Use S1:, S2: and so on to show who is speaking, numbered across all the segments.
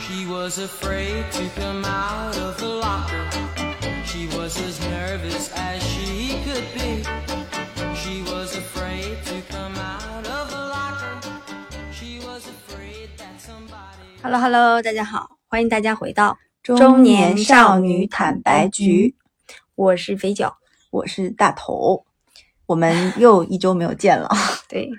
S1: She was afraid to come out of the locker. She was as nervous as she could be. She was afraid to come out of the locker. She was afraid that somebody.
S2: Hello Hello，大家好，欢迎大家回到
S3: 中年少女坦白局，
S2: 我是肥脚。
S3: 我是大头，我 们又一周没有见了，
S2: 对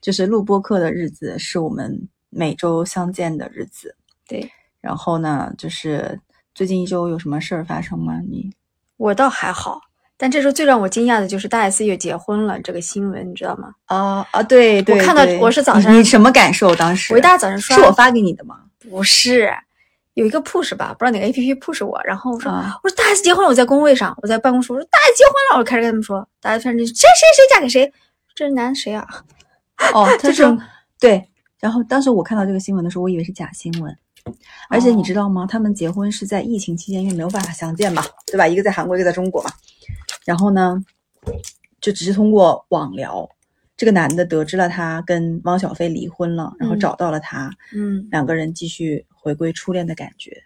S3: 就是录播课的日子是我们每周相见的日子。
S2: 对，
S3: 然后呢，就是最近一周有什么事儿发生吗？你
S2: 我倒还好，但这时候最让我惊讶的就是大 S 也结婚了这个新闻，你知道吗？
S3: 啊啊，对
S2: 对看到
S3: 对
S2: 我是早上
S3: 你你什么感受？当时
S2: 我一大早上刷，
S3: 是我发给你的吗？
S2: 不是有一个 push 吧，不知道哪个 APP push 我，然后我说、
S3: 啊
S2: 我说大 S 结婚了，我在工位上，我在办公室，我说大 S 结婚了，我开始跟他们说，大 S 突然间谁谁谁嫁给谁，这是男谁啊？
S3: 哦，他
S2: 这
S3: 说
S2: 种
S3: 对。然后当时我看到这个新闻的时候，我以为是假新闻，而且你
S2: 哦
S3: 知道吗？他们结婚是在疫情期间，因为没有办法相见嘛，对吧？一个在韩国，一个在中国嘛。然后呢，就只是通过网聊，这个男的得知了他跟汪小菲离婚了，然后
S2: 嗯
S3: 找到了她，
S2: 嗯，
S3: 两个人继续回归初恋的感觉。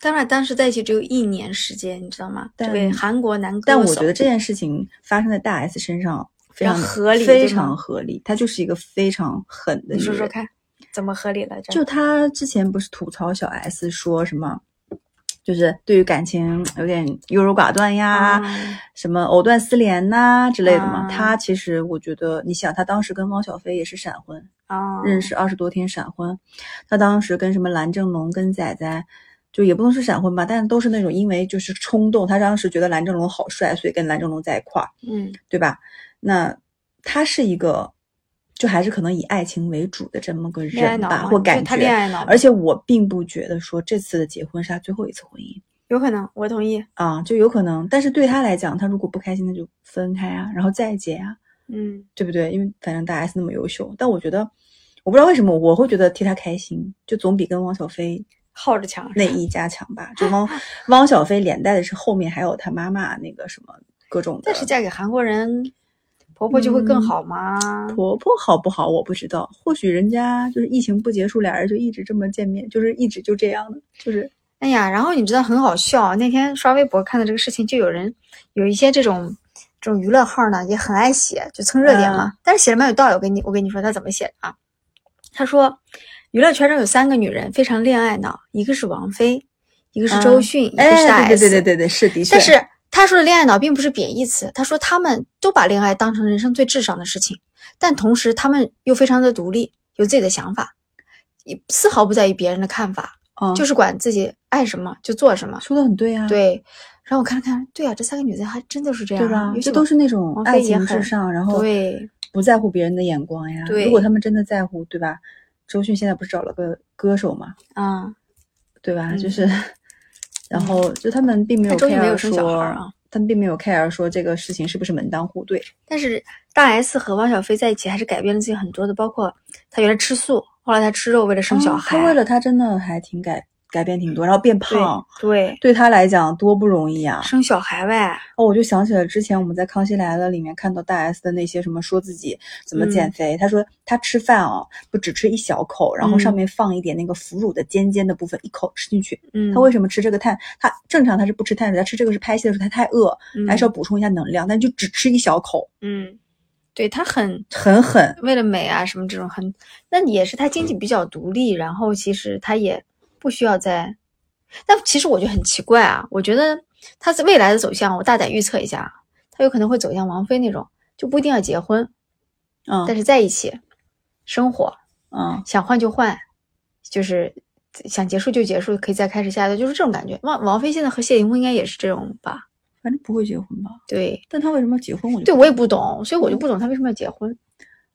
S2: 当然当时在一起只有一年时间，你知道吗？这
S3: 但
S2: 位韩国男歌手，
S3: 但我觉得这件事情发生在大 S 身上非常
S2: 比较合理
S3: 非
S2: 对吗
S3: 常合理。她就是一个非常狠的
S2: 你
S3: 女
S2: 说说
S3: 人。
S2: 看，怎么合理来着？
S3: 就她之前不是吐槽小 S 说什么，就是对于感情有点优柔寡断呀，
S2: 嗯
S3: 什么藕断丝连呐、之类的嘛。
S2: 啊
S3: 她其实我觉得，你想，她当时跟汪小菲也是闪婚，
S2: 啊，
S3: 认识二十多天闪婚，他当时跟什么蓝正龙、跟仔仔，就也不能说闪婚吧，但是都是那种因为就是冲动，他当时觉得蓝正龙好帅，所以跟蓝正龙在一块儿，
S2: 嗯，
S3: 对吧？那他是一个，就还是可能以爱情为主的这么个
S2: 恋爱
S3: 人
S2: 脑
S3: 吧，
S2: 嘛
S3: 或
S2: 你
S3: 感
S2: 就他恋
S3: 觉。
S2: 爱脑嘛，
S3: 而且我并不觉得说这次的结婚是他最后一次婚姻
S2: 有可能，我同意。
S3: 啊，就有可能。但是对他来讲，他如果不开心，那就分开啊，然后再结啊，
S2: 嗯，
S3: 对不对？因为反正大 S 那么优秀，但我觉得，我不知道为什么我会觉得替她开心，就总比跟汪小菲
S2: 耗着强。
S3: 那一家强吧。就 汪汪小菲连带的是后面还有她妈妈那个什么各种的
S2: 但是嫁给韩国人，婆婆就会更好吗？
S3: 婆婆好不好我不知道，或许人家就是疫情不结束，俩人就一直这么见面，就是一直就这样的，就是
S2: 哎呀，然后你知道很好笑啊，那天刷微博看到这个事情，就有人有一些这种这种娱乐号呢，也很爱写，就蹭热点嘛。但是写的蛮有道理，我跟你我跟你说他怎么写的啊？他说，娱乐圈中有三个女人非常恋爱脑，一个是王菲，一个是周
S3: 嗯
S2: 迅，一个是大
S3: 哎，对
S2: S。
S3: 对对对对对，是的确，
S2: 但是他说的恋爱脑并不是贬义词，他说他们都把恋爱当成人生最至上的事情，但同时他们又非常的独立，有自己的想法，也丝毫不在意别人的看法，
S3: 嗯
S2: 就是管自己爱什么就做什么。
S3: 说的很对啊，
S2: 对，然后我看了看，对啊，这三个女的还真的是这样
S3: 对
S2: 啊，
S3: 吧？
S2: 尤其
S3: 这都
S2: 我
S3: 是那种
S2: 王
S3: 爱
S2: 菲也
S3: 情至
S2: 很
S3: 上，然后
S2: 对
S3: 不在乎别人的眼光呀。
S2: 对
S3: 如果他们真的在乎，对吧？周迅现在不是找了个歌手嘛，
S2: 啊，
S3: 对吧？
S2: 嗯
S3: 就是， 然后就他们并没有
S2: 但周迅没
S3: care
S2: 有生小
S3: 说
S2: 孩啊
S3: 他们并没有 care 说这个事情是不是门当户对。
S2: 但是大 S 和汪小菲在一起还是改变了自己很多的，包括她原来吃素，后来她吃肉为了生小
S3: 啊
S2: 孩，
S3: 他为了他真的还挺改改变挺多，然后变胖，
S2: 对
S3: 对他来讲多不容易啊
S2: 对！生小孩外，
S3: 哦，我就想起了之前我们在《康熙来了》里面看到大 S 的那些什么说自己怎么减
S2: 嗯
S3: 肥，她说她吃饭哦，不只吃一小口，然后上
S2: 嗯
S3: 面放一点那个腐乳的尖尖的部分，一口吃进去。
S2: 嗯，
S3: 她为什么吃这个碳？她正常她是不吃碳水，她吃这个是拍戏的时候她太饿，
S2: 嗯
S3: 还是要补充一下能量，但就只吃一小口，
S2: 嗯，对他很
S3: 很狠。
S2: 为了美啊什么这种很，那也是他经济比较独立，然后其实他也不需要再。但其实我觉得很奇怪啊，我觉得他是未来的走向，我大胆预测一下啊，他有可能会走向王菲那种，就不一定要结婚，
S3: 嗯
S2: 但是在一起生活，
S3: 嗯，
S2: 想换就换，就是想结束就结束，可以再开始下一个，就是这种感觉。王王菲现在和谢霆锋应该也是这种吧？
S3: 反正不会结婚吧？
S2: 对，
S3: 但她为什么要结婚？我就
S2: 对我也不懂，所以我就不懂他为什么要结婚，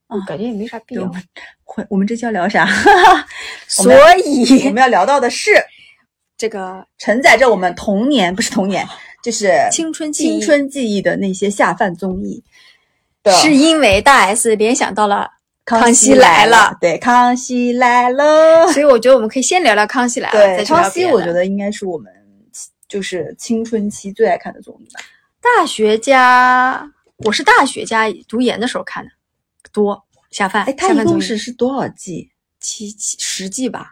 S3: 啊
S2: 感觉也没啥必
S3: 对
S2: 要
S3: 我。们会我们这期要聊 啥？我
S2: 所
S3: 们我
S2: 以
S3: 们要聊到的是
S2: 这个
S3: 承载着我们童年，不是童年，就是
S2: 青春记忆，
S3: 青春记忆的那些下饭综艺的
S2: 是因为大 S 联想到 了，
S3: 康熙
S2: 来了
S3: 了，对，康熙来了，
S2: 所以我觉得我们可以先聊聊《康熙来了》，
S3: 对，
S2: 啊再去聊
S3: 康熙
S2: 别的
S3: 我觉得应该是我们就是青春期最爱看的综艺吧。
S2: 大学家，我是大学家读研的时候看的多下饭。
S3: 哎，它
S2: 下
S3: 一
S2: 饭综
S3: 共
S2: 艺
S3: 是是多少季？
S2: 七七十季吧？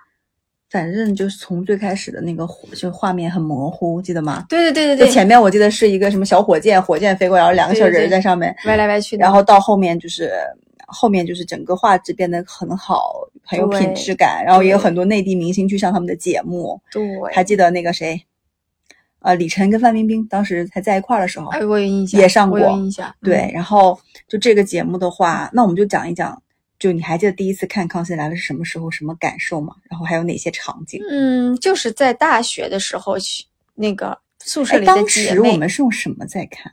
S3: 反正就是从最开始的那个火就画面很模糊，记得吗？
S2: 对对对
S3: 就
S2: 对对，
S3: 前面我记得是一个什么小火箭，火箭飞过来，然后两个
S2: 对
S3: 小
S2: 对
S3: 人儿
S2: 对
S3: 在上面，
S2: 歪来歪去的。
S3: 然后到后面就是呃后面就是整个画质变得很好，很有品
S2: 对
S3: 质感，然后也有
S2: 对
S3: 很多内地明星去上他们的节目，
S2: 对，
S3: 还记得那个谁，呃，李晨跟范冰冰当时还在一块儿的时候，
S2: 哎，我有印象，
S3: 也上
S2: 我有
S3: 过
S2: 印象。嗯
S3: 对，，然后就这个节目的话，那我们就讲一讲，就你还记得第一次看《康熙来了》是什么时候，什么感受吗？然后还有哪些场景？
S2: 嗯，就是在大学的时候去那个宿舍
S3: 哎，
S2: 里的
S3: 当
S2: 姐
S3: 时我
S2: 妹
S3: 们是用什么在看？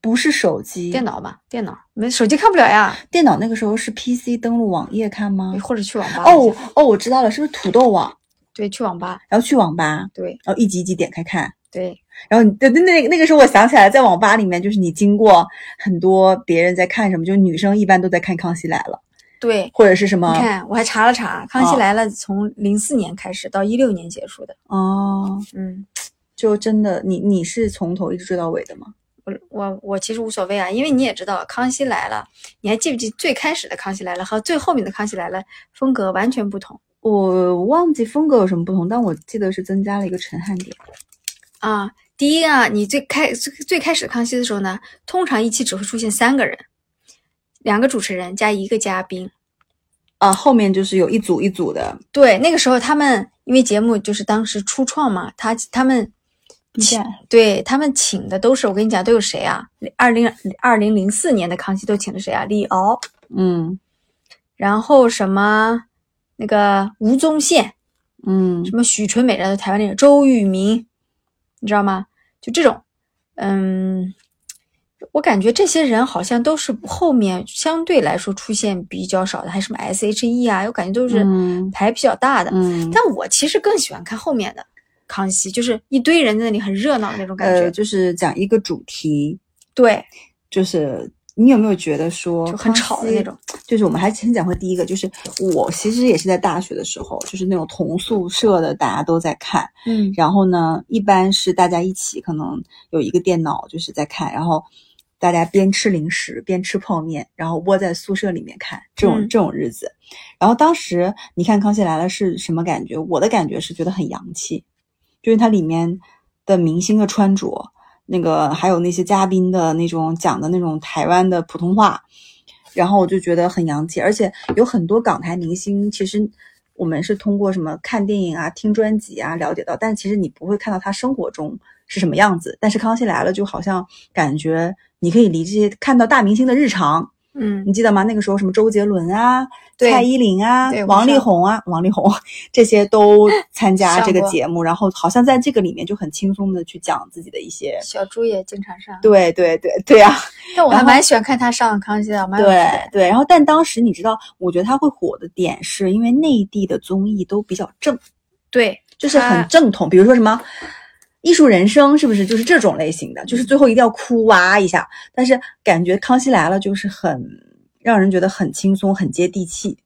S3: 不是手机，
S2: 电脑吧，电脑没手机看不了呀，
S3: 电脑那个时候是 PC 登录网页看吗？
S2: 或者去网吧好
S3: 哦
S2: 像
S3: 哦，我知道了，是不是土豆网？
S2: 对，去网吧，
S3: 然后去网吧，
S2: 对
S3: 然后一集一集点开看。
S2: 对
S3: 然后你对对那那那个时候我想起来，在网吧里面，就是你经过很多别人在看什么，就是女生一般都在看《康熙来了
S2: 对》。
S3: 或者是什么
S2: 你看，我还查了查，《康熙
S3: 哦
S2: 来了》从零四年开始到一六年结束的，
S3: 哦，
S2: 嗯，
S3: 就真的你你是从头一直追到尾的吗？
S2: 我嗯我我其实无所谓啊，因为你也知道，《康熙来了》，你还记不记最开始的《康熙来了》和最后面的《康熙来了》风格完全不同
S3: 我忘记风格有什么不同，但我记得是增加了一个陈汉典。
S2: 啊？第一啊，你最开最最开始《康熙》的时候呢，通常一期只会出现三个人，两个主持人加一个嘉宾。
S3: 啊，后面就是有一组一组的，
S2: 对，那个时候他们因为节目就是当时初创嘛，他他们
S3: B 站
S2: 对他们请的都是我跟你讲都有谁啊？二零二零零四年的《康熙》都请的谁啊？李敖，
S3: 嗯
S2: 然后什么那个吴宗宪。
S3: 嗯
S2: 什么许纯美，然后台湾那个周渝民，你知道吗？就这种，嗯，我感觉这些人好像都是后面相对来说出现比较少的，还有什么 S.H.E 啊，我感觉都是
S3: 嗯
S2: 牌比较大的。
S3: 嗯，
S2: 但我其实更喜欢看后面的康熙，就是一堆人在那里很热闹的那种感觉。
S3: 呃，就是讲一个主题，
S2: 对，
S3: 就是你有没有觉得说
S2: 就很吵的那种？
S3: 哦康熙就是我们还先讲回第一个，就是我其实也是在大学的时候，就是那种同宿舍的，大家都在看。
S2: 嗯，
S3: 然后呢，一般是大家一起，可能有一个电脑就是在看，然后大家边吃零食边吃泡面，然后窝在宿舍里面看这种、
S2: 嗯
S3: 这种日子。然后当时你看《康熙来了》是什么感觉？我的感觉是觉得很洋气，就是它里面的明星的穿着，那个还有那些嘉宾的那种讲的那种台湾的普通话，然后我就觉得很洋气，而且有很多港台明星，其实我们是通过什么看电影啊、听专辑啊了解到，但其实你不会看到他生活中是什么样子。但是《康熙来了》就好像感觉你可以离这些看到大明星的日常，
S2: 嗯，
S3: 你记得吗？那个时候什么周杰伦啊、
S2: 对
S3: 蔡依林啊
S2: 对、我
S3: 王力
S2: 上
S3: 宏啊、 王力宏这些都参加
S2: 上
S3: 这个
S2: 过
S3: 节目，然后好像在这个里面就很轻松的去讲自己的一些。
S2: 小猪也经常上，
S3: 对对对对啊，
S2: 但我还
S3: 然后
S2: 蛮喜欢看他上康熙的，蛮有趣
S3: 对
S2: 的。
S3: 对，然后但当时你知道，我觉得他会火的点是因为内地的综艺都比较正，
S2: 对，
S3: 就是
S2: 他
S3: 很正统，比如说什么。艺术人生是不是就是这种类型的？就是最后一定要哭哇一下，但是感觉《康熙来了》就是很让人觉得很轻松、很接地气。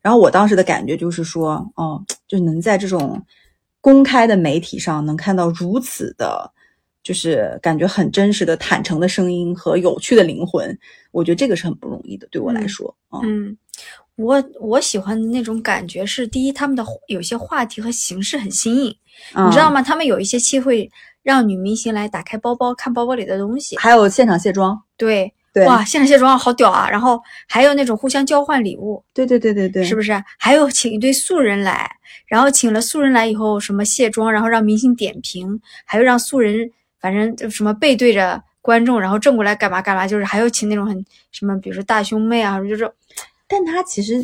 S3: 然后我当时的感觉就是说，哦，就能在这种公开的媒体上能看到如此的，就是感觉很真实的、坦诚的声音和有趣的灵魂，我觉得这个是很不容易的，对我来
S2: 嗯
S3: 说啊、
S2: 嗯，我我喜欢的那种感觉是，第一，他们的有些话题和形式很新颖，你知道
S3: 吗？
S2: 吗？他们有一些期会让女明星来打开包包看包包里的东西，
S3: 还有现场卸妆，
S2: 对，
S3: 对，
S2: 哇，现场卸妆好屌啊！然后还有那种互相交换礼物，
S3: 对对对对对，
S2: 是不是？还有请一堆素人来，然后请了素人来以后，什么卸妆，然后让明星点评，还有让素人反正就什么背对着观众，然后正过来干嘛干嘛，就是还有请那种很什么，比如说大胸妹啊，就是
S3: 但他其实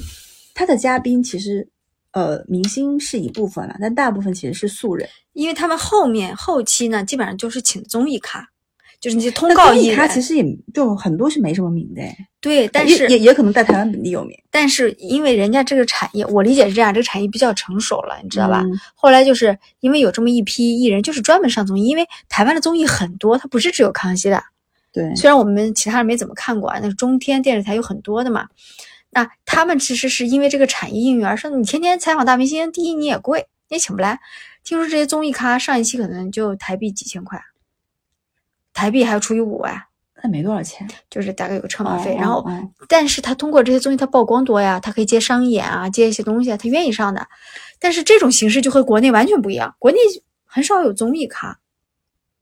S3: 他的嘉宾其实呃明星是一部分了，但大部分其实是素人。
S2: 因为他们后面后期呢，基本上就是请综艺咖，就是那些通
S3: 那
S2: 告
S3: 综
S2: 艺
S3: 艺咖
S2: 人。
S3: 其实也就很多是没什么名的哎，
S2: 对，但
S3: 也也
S2: 是
S3: 也可能在台湾本地有名，
S2: 但是因为人家这个产业，我理解是这样，这个产业比较成熟了，你知道吧？
S3: 嗯
S2: 后来就是因为有这么一批艺人，就是专门上综艺，因为台湾的综艺很多，它不是只有康熙的，
S3: 对，
S2: 虽然我们其他人没怎么看过啊，那中天电视台有很多的嘛。那他们其实是因为这个产业应运而生，你天天采访大明星，第一你也贵，你也请不来。听说这些综艺咖上一期可能就台币几千块，台币还要除以五哎，
S3: 那没多少钱，
S2: 就是大概有个车马
S3: 哦
S2: 费。
S3: 哦
S2: 然后，
S3: 哦
S2: 但是他通过这些东西，他曝光多呀，他可以接商演啊，接一些东西啊，他愿意上的。但是这种形式就和国内完全不一样，国内很少有综艺咖，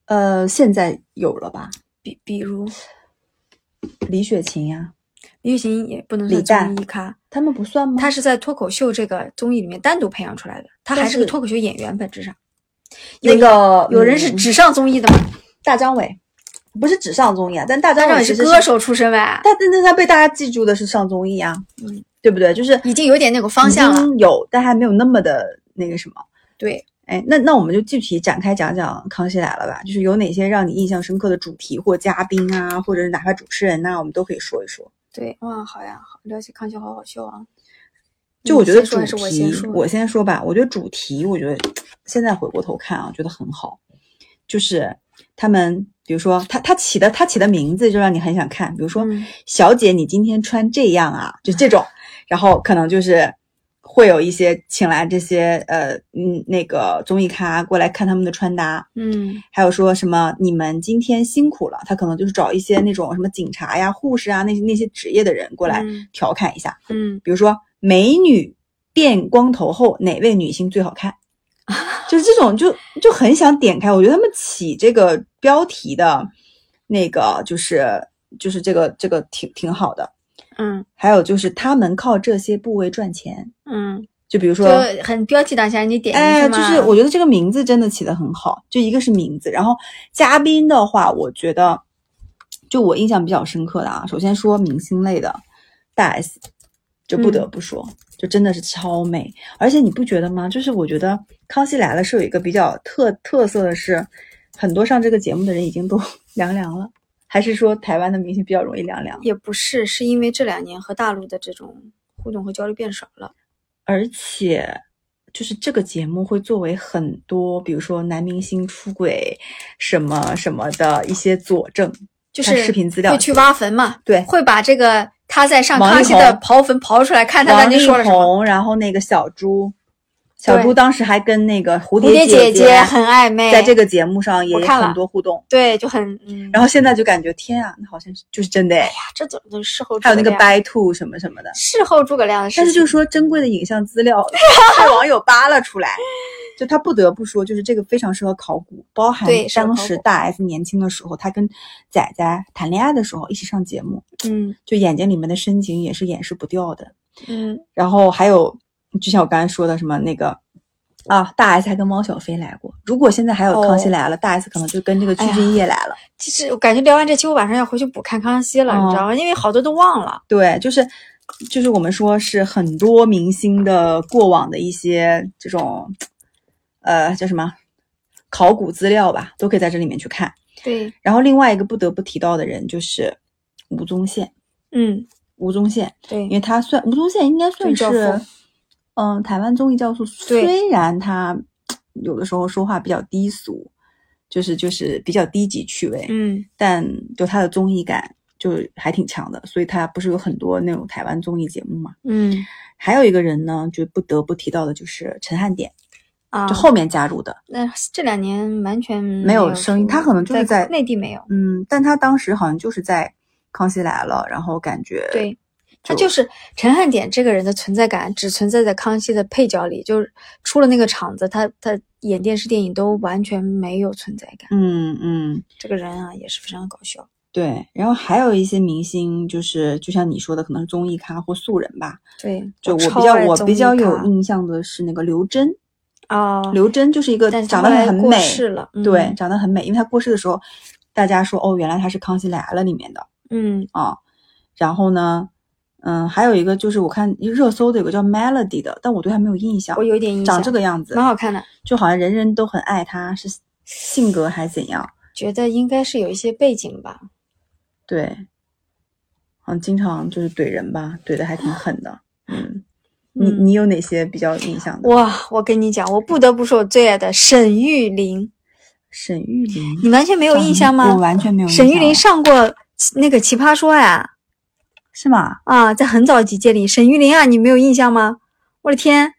S3: 呃，现在有了吧？
S2: 比比如
S3: 李雪琴呀、
S2: 李雪琴也不能
S3: 李
S2: 算
S3: 诞
S2: 综艺咖，
S3: 他们不算吗？
S2: 他是在脱口秀这个综艺里面单独培养出来的，他还
S3: 但
S2: 是个
S3: 是
S2: 脱口秀演员，本质上。
S3: 那个
S2: 有人是
S3: 嗯
S2: 只上综艺的吗？
S3: 大张伟，不是只上综艺啊，但大
S2: 他
S3: 张
S2: 上
S3: 伟
S2: 也
S3: 其
S2: 是
S3: 实
S2: 歌，手出身呗，
S3: 但但但他被大家记住的是上综艺啊，
S2: 嗯，
S3: 对不对？就是
S2: 已经有点那个方向了。
S3: 已经有，但还没有那么的那个什么。
S2: 对，
S3: 哎，那那我们就具体展开讲讲《康熙来了》吧，就是有哪些让你印象深刻的主题或嘉宾啊，或者是哪怕主持人呐、我们都可以说一说。
S2: 对，哇，好呀，好了解康熙好好笑啊！
S3: 就
S2: 你
S3: 我觉得
S2: 先
S3: 主
S2: 说还
S3: 题，
S2: 是我先说，
S3: 我先说吧。我觉得主题，我觉得现在回过头看啊，觉得很好，就是他们，比如说他他起的他起的名字就让你很想看，比如说、
S2: 嗯
S3: 小姐，你今天穿这样啊，就 这种，然后可能就是会有一些请来这些呃嗯那个综艺咖过来看他们的穿搭，
S2: 嗯
S3: 还有说什么你们今天辛苦了，他可能就是找一些那种什么警察呀、护士啊那些那些职业的人过来
S2: 嗯
S3: 调侃一下，
S2: 嗯，
S3: 比如说美女变光头后哪位女星最好看，就是这种就就很想点开。我觉得他们起这个标题的，那个就是就是这个这个挺挺好的。
S2: 嗯
S3: 还有就是他们靠这些部位赚钱，
S2: 嗯，
S3: 就比如说
S2: 就很标题党想让你点进
S3: 哎，
S2: 去
S3: 就
S2: 嘛。
S3: 是我觉得这个名字真的起得很好，就一个是名字，然后嘉宾的话，我觉得就我印象比较深刻的啊，首先说明星类的大 S，就不得不说，就真的是超美，而且你不觉得吗？就是我觉得《康熙来了》是有一个比较特特色的是，很多上这个节目的人已经都 凉凉了，还是说台湾的明星比较容易凉凉？
S2: 也不是，是因为这两年和大陆的这种互动和交流变少了。
S3: 而且就是这个节目会作为很多，比如说男明星出轨什么什么的一些佐证，
S2: 就
S3: 看
S2: 是
S3: 视频资料
S2: 会去挖坟嘛，
S3: 对
S2: 会把这个他在上
S3: 王力
S2: 康熙的
S3: 宏
S2: 刨坟刨出来，看他
S3: 王
S2: 当年
S3: 力
S2: 说了什么。
S3: 宏，然后那个小猪，小
S2: 对
S3: 猪当时还跟那个蝴
S2: 蝴蝶姐
S3: 姐
S2: 姐很暧昧，
S3: 在这个节目上也
S2: 我看了
S3: 很多互动，
S2: 对就很嗯，
S3: 然后现在就感觉天啊，那好像是就是真的哎，
S2: 呀，这种都是事后
S3: 还有那个
S2: 诸葛亮
S3: 白兔什么什么的，
S2: 事后诸葛亮的事情，
S3: 但是就说珍贵的影像资 料被网友扒了出来，就他不得不说，就是这个非常适合考古，包含
S2: 对适合
S3: 当
S2: 考
S3: 时
S2: 古
S3: 大 S 年轻的时候，她跟仔仔谈恋爱的时候一起上节目，
S2: 嗯
S3: 就眼睛里面的深情也是掩饰不掉的。
S2: 嗯
S3: 然后还有，就像我刚才说的什么那个。啊，大 S 还跟汪小菲来过。如果现在还有《康熙
S2: 哦
S3: 来了》，大 S 可能就跟这个
S2: 哎
S3: 鞠
S2: 呀
S3: 婧祎来了。
S2: 其实我感觉聊完这期，我晚上要回去补看康熙了，
S3: 哦
S2: 你知道吗？因为好多都忘了。
S3: 对，就是就是我们说是很多明星的过往的一些这种，呃，叫什么考古资料吧，都可以在这里面去看。
S2: 对，
S3: 然后另外一个不得不提到的人就是吴宗宪，
S2: 嗯，
S3: 吴宗宪，因
S2: 对，
S3: 为他算吴宗宪应该算
S2: 综艺教
S3: 是
S2: 父，
S3: 嗯、台湾综艺教父，
S2: 对
S3: 虽然他有的时候说话比较低俗，就是就是比较低级趣味，
S2: 嗯，
S3: 但就他的综艺感就还挺强的，所以他不是有很多那种台湾综艺节目嘛。
S2: 嗯，
S3: 还有一个人呢，就不得不提到的就是陈汉典，
S2: 啊
S3: 就，后面加入的，
S2: 那这两年完全
S3: 没有声音
S2: 出
S3: 他可能就是在
S2: 在内地没有，
S3: 嗯，但他当时好像就是在《康熙来了》，然后感觉
S2: 对。他就是陈汉典这个人的存在感，只存在在康熙的配角里，就是出了那个场子，他他演电视电影都完全没有存在感。
S3: 嗯嗯
S2: 这个人啊，也是非常搞笑。
S3: 对，然后还有一些明星，就是就像你说的，可能是综艺咖或素人吧。
S2: 对，
S3: 就我比
S2: 超
S3: 较
S2: 爱
S3: 我
S2: 综
S3: 比
S2: 艺
S3: 较有
S2: 咖
S3: 印象的是那个刘真，
S2: 啊，
S3: 刘真就是一个
S2: 但是
S3: 长
S2: 他
S3: 得
S2: 后来
S3: 很
S2: 过
S3: 美，
S2: 世了，嗯
S3: 对，，长得很美，因为她过世的时候，大家说哦，原来她是《康熙来了》里面的
S2: 嗯
S3: 啊。然后呢，嗯，还有一个就是我看热搜的有个叫 Melody 的，但我对她没有印象
S2: 我，有一点印象，
S3: 长这个样子
S2: 蛮，好看的，
S3: 就好像人人都很爱她，是性格还怎样？
S2: 觉得应该是有一些背景吧。
S3: 对，好像经常就是怼人吧，怼的还挺狠的。嗯，你
S2: 嗯
S3: 你有哪些比较有印象的？
S2: 哇，我跟你讲，我不得不说我最爱的沈玉琳，
S3: 沈玉琳，哦
S2: 你完全没有印象
S3: 我
S2: 吗？
S3: 完全没有印
S2: 沈
S3: 象了。
S2: 玉琳上过那个《奇葩说》呀，
S3: 是吗？
S2: 啊，在很早几届里，沈玉琳啊，你没有印象吗？我的天，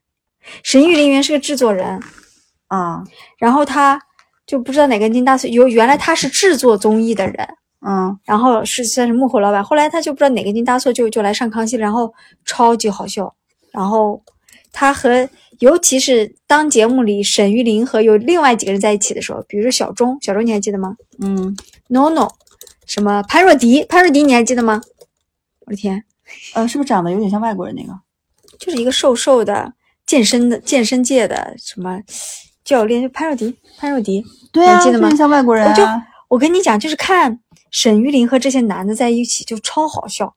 S2: 沈玉琳原来是个制作人，
S3: 啊，
S2: 然后她就不知道哪根筋搭错，有原来她是制作综艺的人，
S3: 嗯，
S2: 然后是算是幕后老板。后来他就不知道哪根筋搭错，就就来上康熙了，然后超级好笑。然后他和尤其是当节目里沈玉琳和有另外几个人在一起的时候，比如说小钟，小钟你还记得吗
S3: 嗯
S2: ？No No，什么潘若迪，潘若迪你还记得吗？我的天，
S3: 呃，是不是长得有点像外国人那个？
S2: 就是一个瘦瘦的健身的健身界的什么教练，就潘若迪，潘若迪。
S3: 对
S2: 你
S3: 啊，
S2: 记得
S3: 有
S2: 吗
S3: 点像外国人
S2: 我就
S3: 啊。
S2: 我跟你讲，就是看沈玉琳和这些男的在一起就超好笑，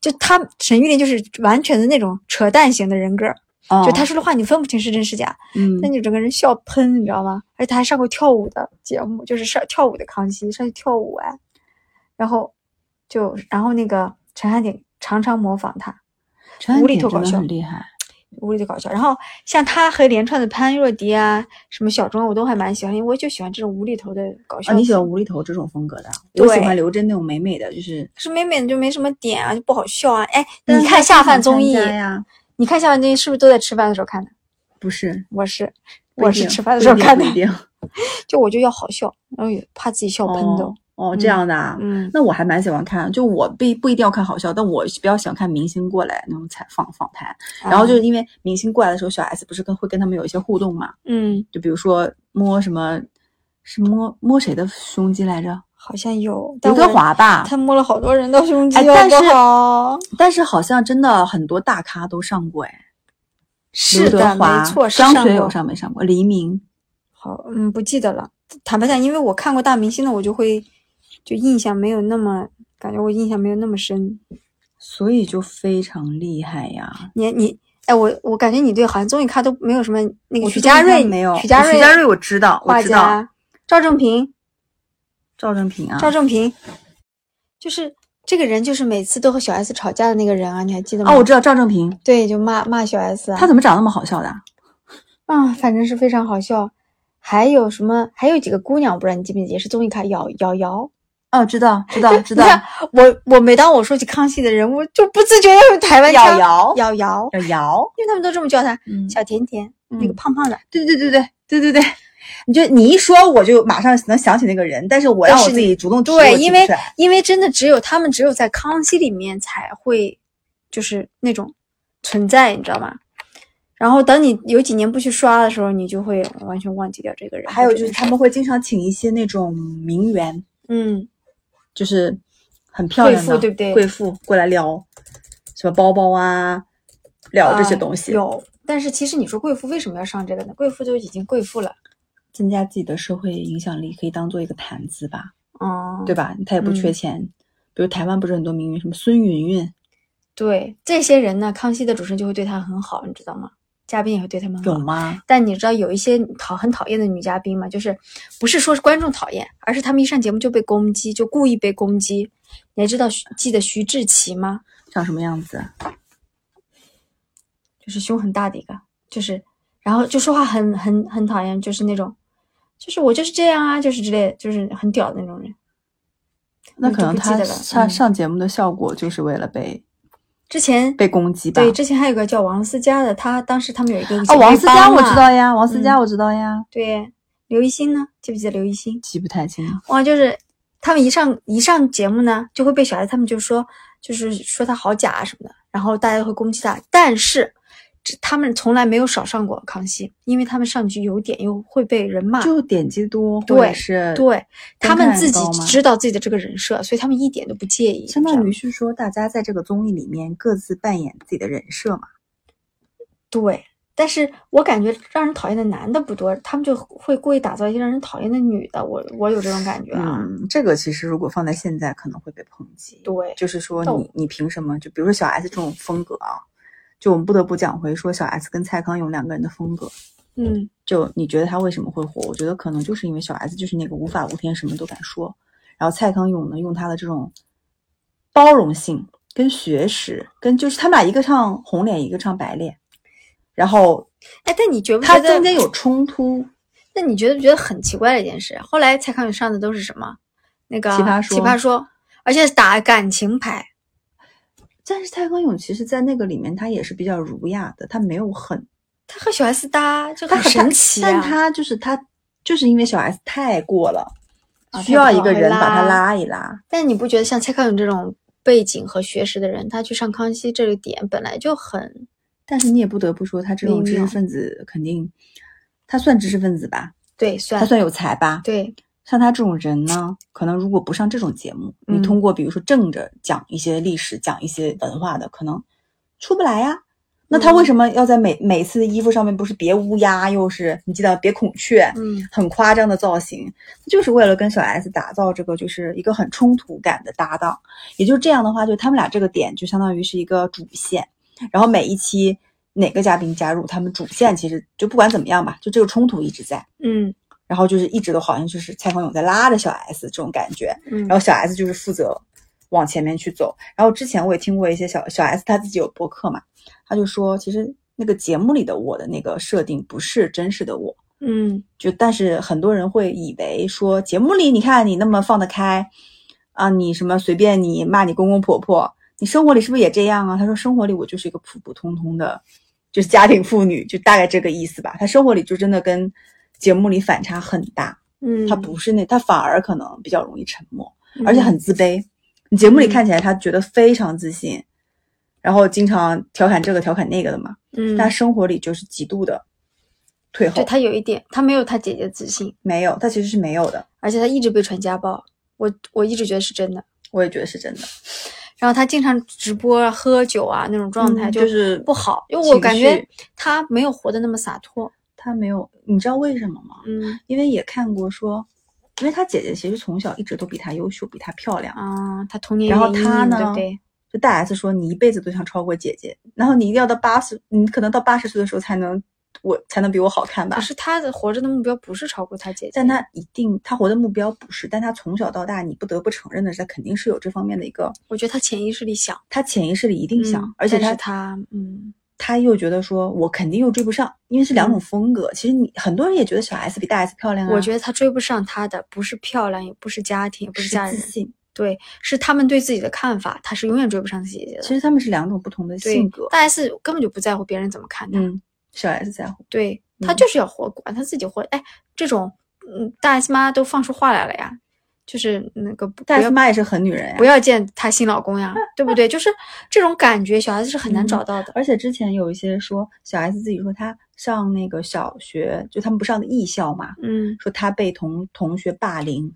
S2: 就他沈玉琳就是完全的那种扯淡型的人格，
S3: 啊
S2: 就他，说的话你分不清是真是假，
S3: 嗯
S2: 那，你整个人笑喷，你知道吗？而且他还上过跳舞的节目，就是上跳舞的康熙上去跳舞哎，然后就然后那个陈汉典常常模仿他，
S3: 陈汉
S2: 无厘
S3: 典
S2: 头
S3: 真
S2: 搞
S3: 的
S2: 笑
S3: 很厉害。
S2: 无厘头搞笑。然后像他和连串的潘若迪啊，什么小钟啊，我都还蛮喜欢，因为我就喜欢这种无厘头的搞笑
S3: 啊，
S2: 粉。
S3: 你喜欢无厘头这种风格的？啊我喜
S2: 对
S3: 欢刘真那种美美的，就是
S2: 可是美美的就没什么点啊，就不好笑啊。哎，
S3: 但
S2: 你
S3: 是
S2: 看
S3: 他
S2: 下
S3: 经常
S2: 饭综
S3: 参
S2: 艺，
S3: 加呀？
S2: 你看下饭综艺是不是都在吃饭的时候看的？
S3: 不是，
S2: 我是，
S3: 不
S2: 我
S3: 一
S2: 是
S3: 定
S2: 吃饭的
S3: 不
S2: 时候
S3: 一定
S2: 看
S3: 不
S2: 的
S3: 一，定。
S2: 就我就要好笑，然后也怕自己笑喷的。
S3: 哦哦，这样的啊。
S2: 嗯，
S3: 那我还蛮喜欢看，就我不不一定要看好笑，但我比较喜欢看明星过来那种采访访谈。然
S2: 哦啊
S3: 后就是因为明星过来的时候，小 S 不是跟会跟他们有一些互动嘛？
S2: 嗯，
S3: 就比如说摸什么，是摸摸谁的胸肌来着？
S2: 好像有
S3: 刘德，华
S2: 但
S3: 吧
S2: 我。他摸了好多人的胸肌，
S3: 哎，
S2: 好
S3: 但是
S2: 不好？
S3: 但是好像真的很多大咖都上过哎，
S2: 是
S3: 刘德
S2: 的，
S3: 华、
S2: 没错，是
S3: 张
S2: 上
S3: 学友
S2: 过
S3: 上没上过？黎明
S2: 好，嗯，不记得了。坦白讲，因为我看过大明星的，我就会就印象没有那么，感觉我印象没有那么深。
S3: 所以就非常厉害呀。
S2: 你你，哎，我我感觉你对好像综艺咖都没有什么那个
S3: 我
S2: 许
S3: 对
S2: 家
S3: 这个
S2: 瑞
S3: 没有，
S2: 许家
S3: 我
S2: 瑞，
S3: 徐佳瑞我知道，我
S2: 画
S3: 知道，
S2: 家，赵正平，
S3: 赵正平啊，
S2: 赵正平，就是这个人，就是每次都和小 S 吵架的那个人啊，你还记得吗？
S3: 哦，我知道赵正平，
S2: 对，就骂骂小 S 啊，
S3: 他怎么长那么好笑的啊？
S2: 啊，反正是非常好笑。还有什么？还有几个姑娘，我不知道你记不记得，也是综艺咖，瑶瑶瑶。
S3: 哦，知道，知 道，知
S2: 你
S3: 道，
S2: 看我，我每当我说起康熙的人，我就不自觉要嗯用台湾
S3: 瑶
S2: 腔。
S3: 瑶，
S2: 瑶瑶，
S3: 瑶瑶，
S2: 因为他们都这么叫她，
S3: 嗯
S2: 小甜甜，那个
S3: 嗯
S2: 胖胖的。
S3: 对对对对对对对， 你就你一说我就马上能想起那个人，但是我
S2: 但
S3: 让我
S2: 是
S3: 自己主动提我
S2: 对，
S3: 记
S2: 因
S3: 不
S2: 为
S3: 出来
S2: 因为真的只有他们只有在康熙里面才会就是那种存在，你知道吗？然后等你有几年不去刷的时候，你就会完全忘记掉这个人。
S3: 还有
S2: 或者
S3: 就是
S2: 这
S3: 他们会经常请一些那种名媛，
S2: 嗯，
S3: 就是很漂亮的
S2: 贵妇对不对
S3: 贵妇过来聊什么包包啊，聊这些东西，
S2: 啊有。但是其实你说贵妇为什么要上这个呢？贵妇就已经贵妇了，
S3: 增加自己的社会影响力，可以当做一个谈资吧，
S2: 嗯，
S3: 对吧？他也不缺钱。比如台湾不是很多名媛，什么孙芸芸，
S2: 对这些人呢，康熙的主持人就会对他很好，你知道吗？嘉宾也会对他们很好。
S3: 有吗？
S2: 但你知道有一些讨很讨厌的女嘉宾吗？就是不是说是观众讨厌，而是她们一上节目就被攻击，就故意被攻击。你还知道徐记得徐志奇吗？
S3: 长什么样子？
S2: 就是胸很大的一个，就是然后就说话很很很讨厌，就是那种，就是我就是这样啊，就是之类的，就是很屌的那种人。
S3: 那可能
S2: 我就不记
S3: 他
S2: 得了
S3: 他
S2: 嗯
S3: 上节目的效果就是为了被
S2: 之前
S3: 被攻击吧？
S2: 对，之前还有个叫王思佳的，她当时他们有一个
S3: 哦，王思佳
S2: 姐妹
S3: 我知
S2: 班嘛
S3: 道呀，王思佳
S2: 嗯
S3: 我知道呀，
S2: 对，刘一星呢？记不记得刘一星？
S3: 记不太清。
S2: 哇，就是他们一上一上节目呢，就会被小孩子他们就说，就是说他好假啊什么的，然后大家就会攻击他。但是这他们从来没有少上过康熙，因为他们上去有点又会被人骂。
S3: 就点击多，或者
S2: 对
S3: 是，
S2: 对他们自己
S3: 观看高吗
S2: 知道自己的这个人设，所以他们一点都不介意。
S3: 相
S2: 你知
S3: 当
S2: 道
S3: 于
S2: 吗
S3: 是说，大家在这个综艺里面各自扮演自己的人设嘛。
S2: 对，但是我感觉让人讨厌的男的不多，他们就会故意打造一些让人讨厌的女的。我我有这种感觉啊。
S3: 嗯，这个其实如果放在现在可能会被抨击。
S2: 对，
S3: 就是说
S2: 但
S3: 你
S2: 我
S3: 你凭什么？就比如说小 S 这种风格啊，就我们不得不讲回说小 S 跟蔡康永两个人的风格。
S2: 嗯，
S3: 就你觉得他为什么会火？我觉得可能就是因为小 S 就是那个无法无天，什么都敢说。然后蔡康永呢，用他的这种包容性跟学识，跟就是他们俩一个唱红脸，一个唱白脸，然后
S2: 哎，但你觉不觉
S3: 他
S2: 得
S3: 中间有冲突，
S2: 那你觉得不觉得很奇怪的一件事？后来蔡康永上的都是什么？那个
S3: 奇葩说
S2: 奇葩说，而且打感情牌。
S3: 但是蔡康永其实，在那个里面他也是比较儒雅的，他没有很
S2: 他和小 S 搭就
S3: 他
S2: 很神奇啊！
S3: 但他就是他就是因为小 S 太过了，
S2: 啊
S3: 需要一个人
S2: 他
S3: 把他
S2: 往回
S3: 拉一拉。
S2: 但你不觉得像蔡康永这种背景和学识的人，他去上康熙这个点本来就很
S3: 但是你也不得不说，他这种
S2: 微
S3: 知识
S2: 妙
S3: 分子肯定，他算知识分子吧，
S2: 对
S3: 他
S2: 算
S3: 算有才吧。
S2: 对
S3: 像他这种人呢，可能如果不上这种节目，你
S2: 嗯
S3: 通过比如说正着讲一些历史、讲一些文化的，可能出不来呀。那他
S2: 嗯
S3: 为什么要在每每次的衣服上面不是别乌鸦，又是你记得别孔雀，
S2: 嗯
S3: 很夸张的造型，就是为了跟小 S 打造这个就是一个很冲突感的搭档。也就是这样的话，就他们俩这个点就相当于是一个主线，然后每一期哪个嘉宾加入，他们主线其实就不管怎么样吧，就这个冲突一直在，
S2: 嗯
S3: 然后就是一直都好像就是蔡康永在拉着小 S 这种感觉，
S2: 嗯
S3: 然后小 S 就是负责往前面去走。然后之前我也听过一些小小 S 他自己有播客嘛，他就说其实那个节目里的我的那个设定不是真实的我。
S2: 嗯
S3: 就但是很多人会以为说节目里你看你那么放得开，啊，你什么随便你骂你公公婆婆，你生活里是不是也这样啊？他说生活里我就是一个普普通通的，就是家庭妇女，就大概这个意思吧。他生活里就真的跟节目里反差很大，
S2: 嗯，
S3: 他不是那他反而可能比较容易沉默，而且很自卑。你节目
S2: 嗯
S3: 里看起来他觉得非常自信，然后经常调侃这个调侃那个的嘛，
S2: 嗯，
S3: 但生活里就是极度的退后
S2: 对，他有一点，他没有他姐姐自信，
S3: 没有，他其实是没有的。
S2: 而且他一直被传家暴，我我一直觉得是真的。
S3: 我也觉得是真的，
S2: 然后他经常直播啊喝酒啊那种状态
S3: 嗯就是
S2: 不好，因为我
S3: 情
S2: 感觉
S3: 绪
S2: 他没有活得那么洒脱。
S3: 他没有，你知道为什么吗？
S2: 嗯
S3: 因为也看过说，因为他姐姐其实从小一直都比他优秀，比他漂亮。
S2: 啊，他童年
S3: 然后
S2: 原因
S3: 他呢
S2: 对不对？
S3: 就大 S 说，你一辈子都想超过姐姐，然后你一定要到八十，你可能到八十岁的时候才能，我才能比我好看吧
S2: 可。是他的活着的目标不是超过他姐姐，
S3: 但他一定，他活的目标不是，但他从小到大，你不得不承认的是，他肯定是有这方面的一个，
S2: 我觉得他潜意识里想，
S3: 他潜意识里一定想，
S2: 嗯
S3: 而且
S2: 但
S3: 他
S2: 是他嗯
S3: 他又觉得说，我肯定又追不上，因为是两种
S2: 嗯
S3: 风格。其实你很多人也觉得小 S 比大 S 漂亮啊，
S2: 我觉得他追不上她的，不是漂亮，也不是家庭，也不是
S3: 是
S2: 家
S3: 自
S2: 人，
S3: 信。
S2: 对，是他们对自己的看法，他是永远追不上自己姐姐
S3: 其
S2: 的。
S3: 实他们是两种不同的
S2: 对
S3: 性格。
S2: 大 S 根本就不在乎别人怎么看他，
S3: 嗯，小 S 在乎。
S2: 对他
S3: 嗯
S2: 就是要活，管他自己活。哎，这种嗯，大 S 妈都放出话来了呀，就是那个不
S3: 大
S2: 不
S3: S
S2: 要
S3: 妈也是狠女人呀
S2: 不。要见她新老公 呀，对不对？就是这种感觉，小孩子是很难
S3: 嗯
S2: 找到的。
S3: 而且之前有一些说小 S 自己说她上那个小学，就他们不上的艺校嘛，
S2: 嗯
S3: 说她被同同学霸凌。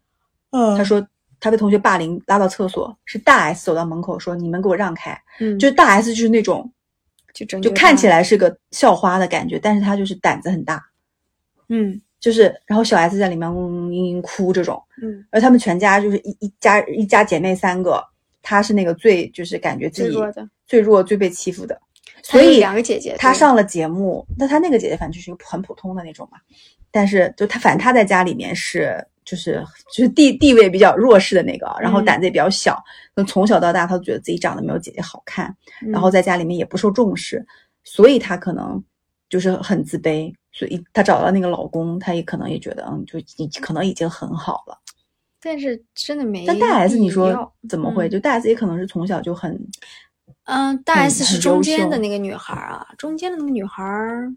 S2: 嗯
S3: 她说她被同学霸凌，拉到厕所，是大 S 走到门口说：“你们给我让开。”
S2: 嗯，
S3: 就大 S 就是那种，
S2: 就拯
S3: 就
S2: 救
S3: 看
S2: 她
S3: 起来是个校花的感觉，但是她就是胆子很大，
S2: 嗯
S3: 就是然后小 S 在里面嗡嗡嘤嘤哭这种。
S2: 嗯
S3: 而他们全家就是一一家一家姐妹三个，她是那个最就是感觉自己
S2: 最弱的
S3: 最弱最被欺负的，
S2: 她
S3: 所
S2: 有
S3: 以
S2: 两个姐姐
S3: 她
S2: 对
S3: 上了节目，那她那个姐姐反正就是一个很普通的那种嘛，但是就她反正她在家里面是就是就是地地位比较弱势的那个，啊然后
S2: 嗯
S3: 胆子也比较小，那从小到大她都觉得自己长得没有姐姐好看，
S2: 嗯
S3: 然后在家里面也不受重视，所以她可能就是很自卑，所以她找到那个老公，她也可能也觉得嗯，就已可能已经很好了。
S2: 但是真的哎没必要。
S3: 但大 S 你说怎么会？
S2: 嗯
S3: 就大 S 也可能是从小就很，
S2: 嗯，大
S3: 很
S2: S 是
S3: 很
S2: 中
S3: 优
S2: 间的
S3: 秀
S2: 那个女孩儿啊，中间的那个女孩儿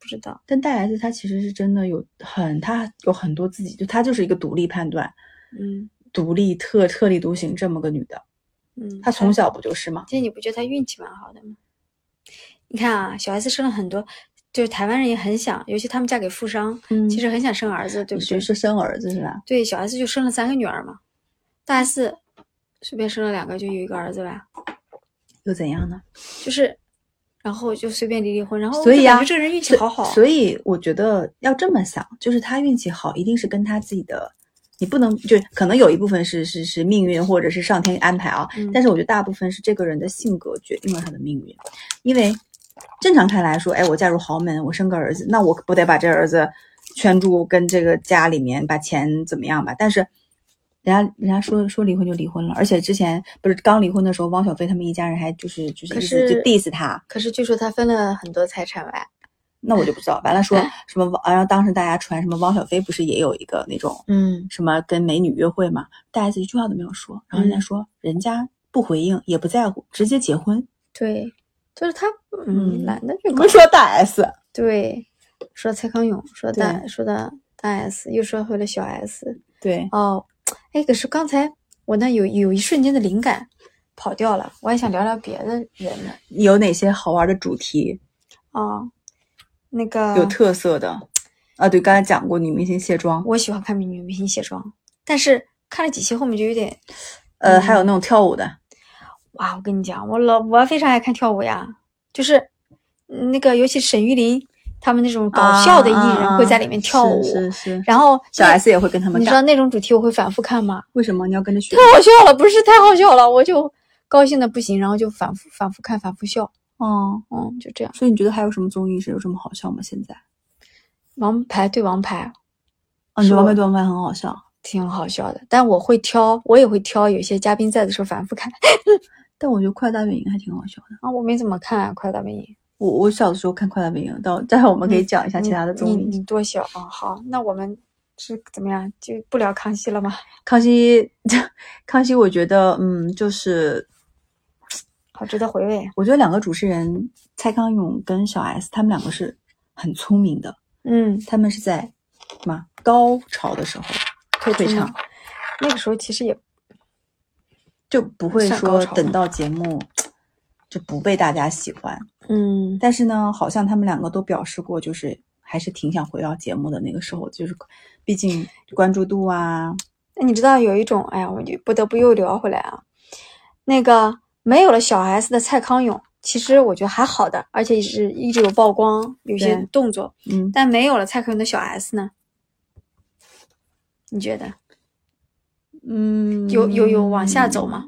S2: 不知道。
S3: 但大 S 她其实是真的有很，她有很多自己，就她就是一个独立判断、
S2: 嗯
S3: 独立特特立独行这么个女的。
S2: 嗯，
S3: 她从小不就是吗？
S2: 其实你不觉得她运气蛮好的吗？你看啊，小 S 生了很多，就是台湾人也很想，尤其他们嫁给富商，
S3: 嗯
S2: 其实很想生儿子，对
S3: 你
S2: 不
S3: 说
S2: 对？
S3: 是生儿子是吧？
S2: 对，小 S 就生了三个女儿嘛，大 S 随便生了两个，就有一个儿子吧，
S3: 又怎样呢？
S2: 就是，然后就随便离离婚，然后
S3: 所以
S2: 呀、
S3: 啊
S2: 这个人运气
S3: 所
S2: 好好，
S3: 所以我觉得要这么想，就是她运气好，一定是跟她自己的，你不能就可能有一部分是是是命运或者是上天安排啊，
S2: 嗯
S3: 但是我觉得大部分是这个人的性格决定了他的命运，因为正常看来说，哎，我嫁入豪门，我生个儿子，那我不得把这儿子圈住，跟这个家里面把钱怎么样吧？但是。人家人家说说离婚就离婚了，而且之前不是刚离婚的时候，汪小菲他们一家人还就是就是
S2: 可
S3: 一直就是 diss 他，
S2: 可是据说她分了很多财产吧？
S3: 那我就不知道。完了说
S2: 哎
S3: 什么汪，然后当时大家传什么汪小菲不是也有一个那种
S2: 嗯，
S3: 什么跟美女约会嘛，大 S 一句话都没有说，然
S2: 嗯
S3: 后人家说、人家不回应也不在乎，直接结婚。
S2: 对，就是她，
S3: 嗯
S2: 嗯，懒得去
S3: 我
S2: 搞
S3: 们。说大 S，
S2: 对，说蔡康永，说大
S3: 对
S2: 说的大 S，又说回了小 S。
S3: 对，
S2: 哦，哎，可是刚才我那有有一瞬间的灵感跑掉了，我还想聊聊别的人呢。
S3: 有哪些好玩的主题？
S2: 啊，那个
S3: 有特色的？啊，对，刚才讲过女明星卸妆，
S2: 我喜欢看女明星卸妆，但是看了几期后面就有点
S3: 呃，
S2: 嗯
S3: 还有那种跳舞的，
S2: 哇！我跟你讲，我老我非常爱看跳舞呀，就是嗯那个尤其沈玉琳他们那种搞笑的艺人会在里面跳舞，
S3: 啊是是是。
S2: 然后
S3: 小
S2: 那
S3: S 也会跟他们
S2: 你知
S3: 干
S2: 道，那种主题我会反复看吗？
S3: 为什么你要跟着学
S2: 太？好笑了，不是太好笑了，我就高兴的不行，然后就反复反复看，反复笑，
S3: 哦，
S2: 嗯，就这样。
S3: 所以你觉得还有什么综艺是有这么好笑吗？现在？
S2: 王牌对王牌
S3: 啊，你觉
S2: 是我
S3: 得王牌对王牌很好笑，
S2: 挺好笑的，但我会挑，我也会挑，有些嘉宾在的时候反复看。
S3: 但我觉得《快乐大本营》还挺好笑的。
S2: 啊，我没怎么看、快乐大本营》
S3: 我我小的时候看《快乐大本营》，到待会儿我们可以讲一下
S2: 你，
S3: 其他的综
S2: 你
S3: 艺。
S2: 你多小啊？好，那我们是怎么样？就不聊康熙了吗？
S3: 康熙，康熙，我觉得，嗯，就是
S2: 好，值得回味。啊
S3: 我觉得两个主持人蔡康永跟小 S，他们两个是很聪明的，
S2: 嗯，
S3: 他们是在什么高潮的时候
S2: 退
S3: 退
S2: 出
S3: 场
S2: 吗，那个时候其实也
S3: 就不会
S2: 算高
S3: 说
S2: 潮吗
S3: 等到节目就不被大家喜欢。
S2: 嗯，
S3: 但是呢，好像他们两个都表示过，就是还是挺想回到节目的那个时候，就是毕竟关注度啊，
S2: 那你知道有一种，哎呀，我就不得不又聊回来啊，那个没有了小 S 的蔡康永，其实我觉得还好的，而且是一直有曝光，有些
S3: 对
S2: 动作，
S3: 嗯，
S2: 但没有了蔡康永的小 S 呢？你觉得
S3: 嗯，
S2: 有有有往下走吗？？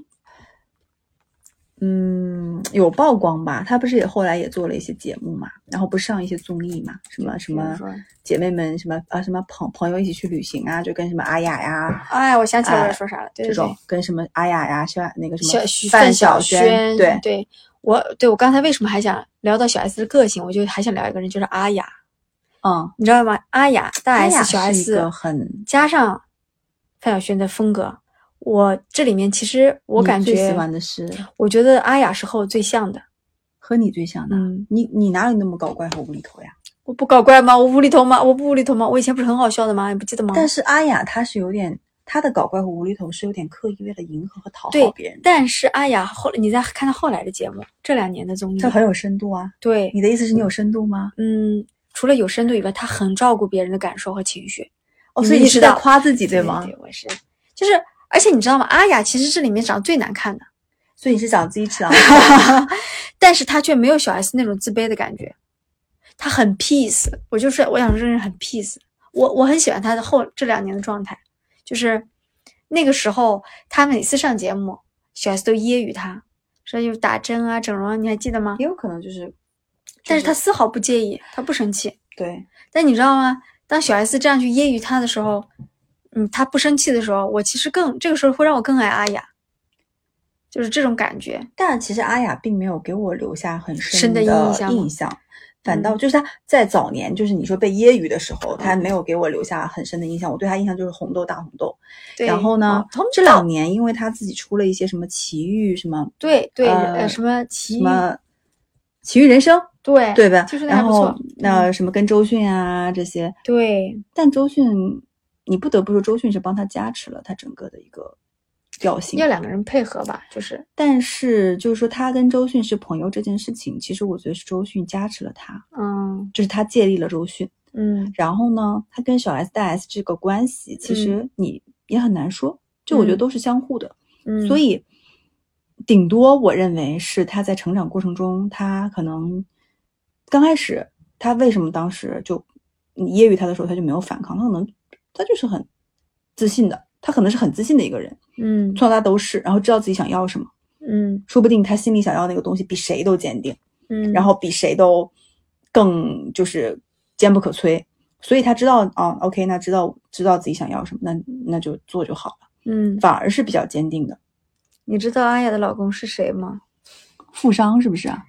S3: 嗯，有曝光吧？她不是也后来也做了一些节目嘛，然后不上一些综艺嘛，什嗯么什
S2: 比如
S3: 么
S2: 说
S3: 姐妹们什么啊什么朋朋友一起去旅行啊，就跟什么阿雅呀、
S2: 哎，我想起来我要
S3: 哎
S2: 说啥了，对
S3: 这
S2: 对
S3: 种
S2: 对，，
S3: 跟什么阿雅呀、小那个什么
S2: 小徐
S3: 范
S2: 范晓
S3: 萱，对，
S2: 对我对我刚才为什么还想聊到小 S 的个性，我就还想聊一个人，就是阿雅，
S3: 嗯，
S2: 你知道吗？阿雅大
S3: 阿
S2: S
S3: 雅
S2: 小
S3: 是一
S2: S
S3: 个很，
S2: 加上范晓萱的风格，我这里面其实我
S3: 你
S2: 感
S3: 最喜
S2: 觉，
S3: 欢的是
S2: 我觉得阿雅是和我最像的。
S3: 和你最像的，
S2: 嗯，
S3: 你你哪有那么搞怪和无厘头呀？
S2: 我不搞怪吗？我无厘头吗？我不无厘头吗？我以前不是很好笑的吗？你不记得吗？
S3: 但是阿雅她是有点，她的搞怪和无厘头是有点刻意为了迎合和讨
S2: 对
S3: 好别人的，
S2: 但是阿雅后来，你再看她后来的节目，这两年的综艺
S3: 这，很有深度啊。
S2: 对，
S3: 你的意思是你有深度吗？
S2: 嗯，除了有深度以外，她很照顾别人的感受和情绪。
S3: 哦，
S2: 你
S3: 所以
S2: 们
S3: 你
S2: 意识
S3: 是在
S2: 到
S3: 夸自己对吗？
S2: 对，我是，就是，而且你知道吗？阿雅其实这里面长得最难看 的，
S3: 所以你是长自己 啊长，
S2: 但是她却没有小 S 那种自卑的感觉，她很 peace。我就是我想说，这人很 peace。我我很喜欢她的后这两年的状态，就是那个时候，她每次上节目，小 S 都揶揄她，说有打针啊、整容啊，你还记得吗？
S3: 也有可能嗯就是，
S2: 但是她丝毫不介意，她不生气。
S3: 对，
S2: 但你知道吗？当小 S 这样去揶揄她的时候，嗯，她不生气的时候，我其实更这个时候会让我更爱阿雅，就是这种感觉。
S3: 但其实阿雅并没有给我留下很
S2: 深的
S3: 的
S2: 印象吗嗯
S3: 印象。反倒就是她在早年，就是你说被揶揄的时候，她没有给我留下很深的印象。我对她印象就是红豆大红豆。
S2: 对，
S3: 然后呢
S2: 哦，他们
S3: 这两年因为她自己出了一些什么奇遇什么
S2: 对对呃
S3: 呃
S2: 什么奇
S3: 什
S2: 遇，
S3: 么奇遇人生，
S2: 对
S3: 对吧？
S2: 听说那还
S3: 然
S2: 不
S3: 后
S2: 错。嗯
S3: 那什么跟周迅啊这些，
S2: 对，
S3: 但周迅，你不得不说，周迅是帮他加持了他整个的一个调性
S2: 要。两个人配合吧，就是
S3: 但是就是说，他跟周迅是朋友这件事情，其实我觉得是周迅加持了他，
S2: 嗯
S3: 就是他借力了周迅。
S2: 嗯，
S3: 然后呢，他跟小 S 大 S 这个关系，其实你也很难说，就我觉得
S2: 嗯
S3: 都是相互的。
S2: 嗯
S3: 所以，顶多我认为是他在成长过程中，他可能刚开始，他为什么当时就你揶揄他的时候，他就没有反抗，他可能他就是很自信的，他可能是很自信的一个人，
S2: 嗯
S3: 从小到大都是，然后知道自己想要什么，
S2: 嗯
S3: 说不定他心里想要那个东西比谁都坚定，
S2: 嗯，
S3: 然后比谁都更就是坚不可摧，所以他知道啊，OK，那知道知道自己想要什么，那那就做就好了，
S2: 嗯，
S3: 反而是比较坚定的。
S2: 你知道阿雅的老公是谁吗？
S3: 富商是不是啊？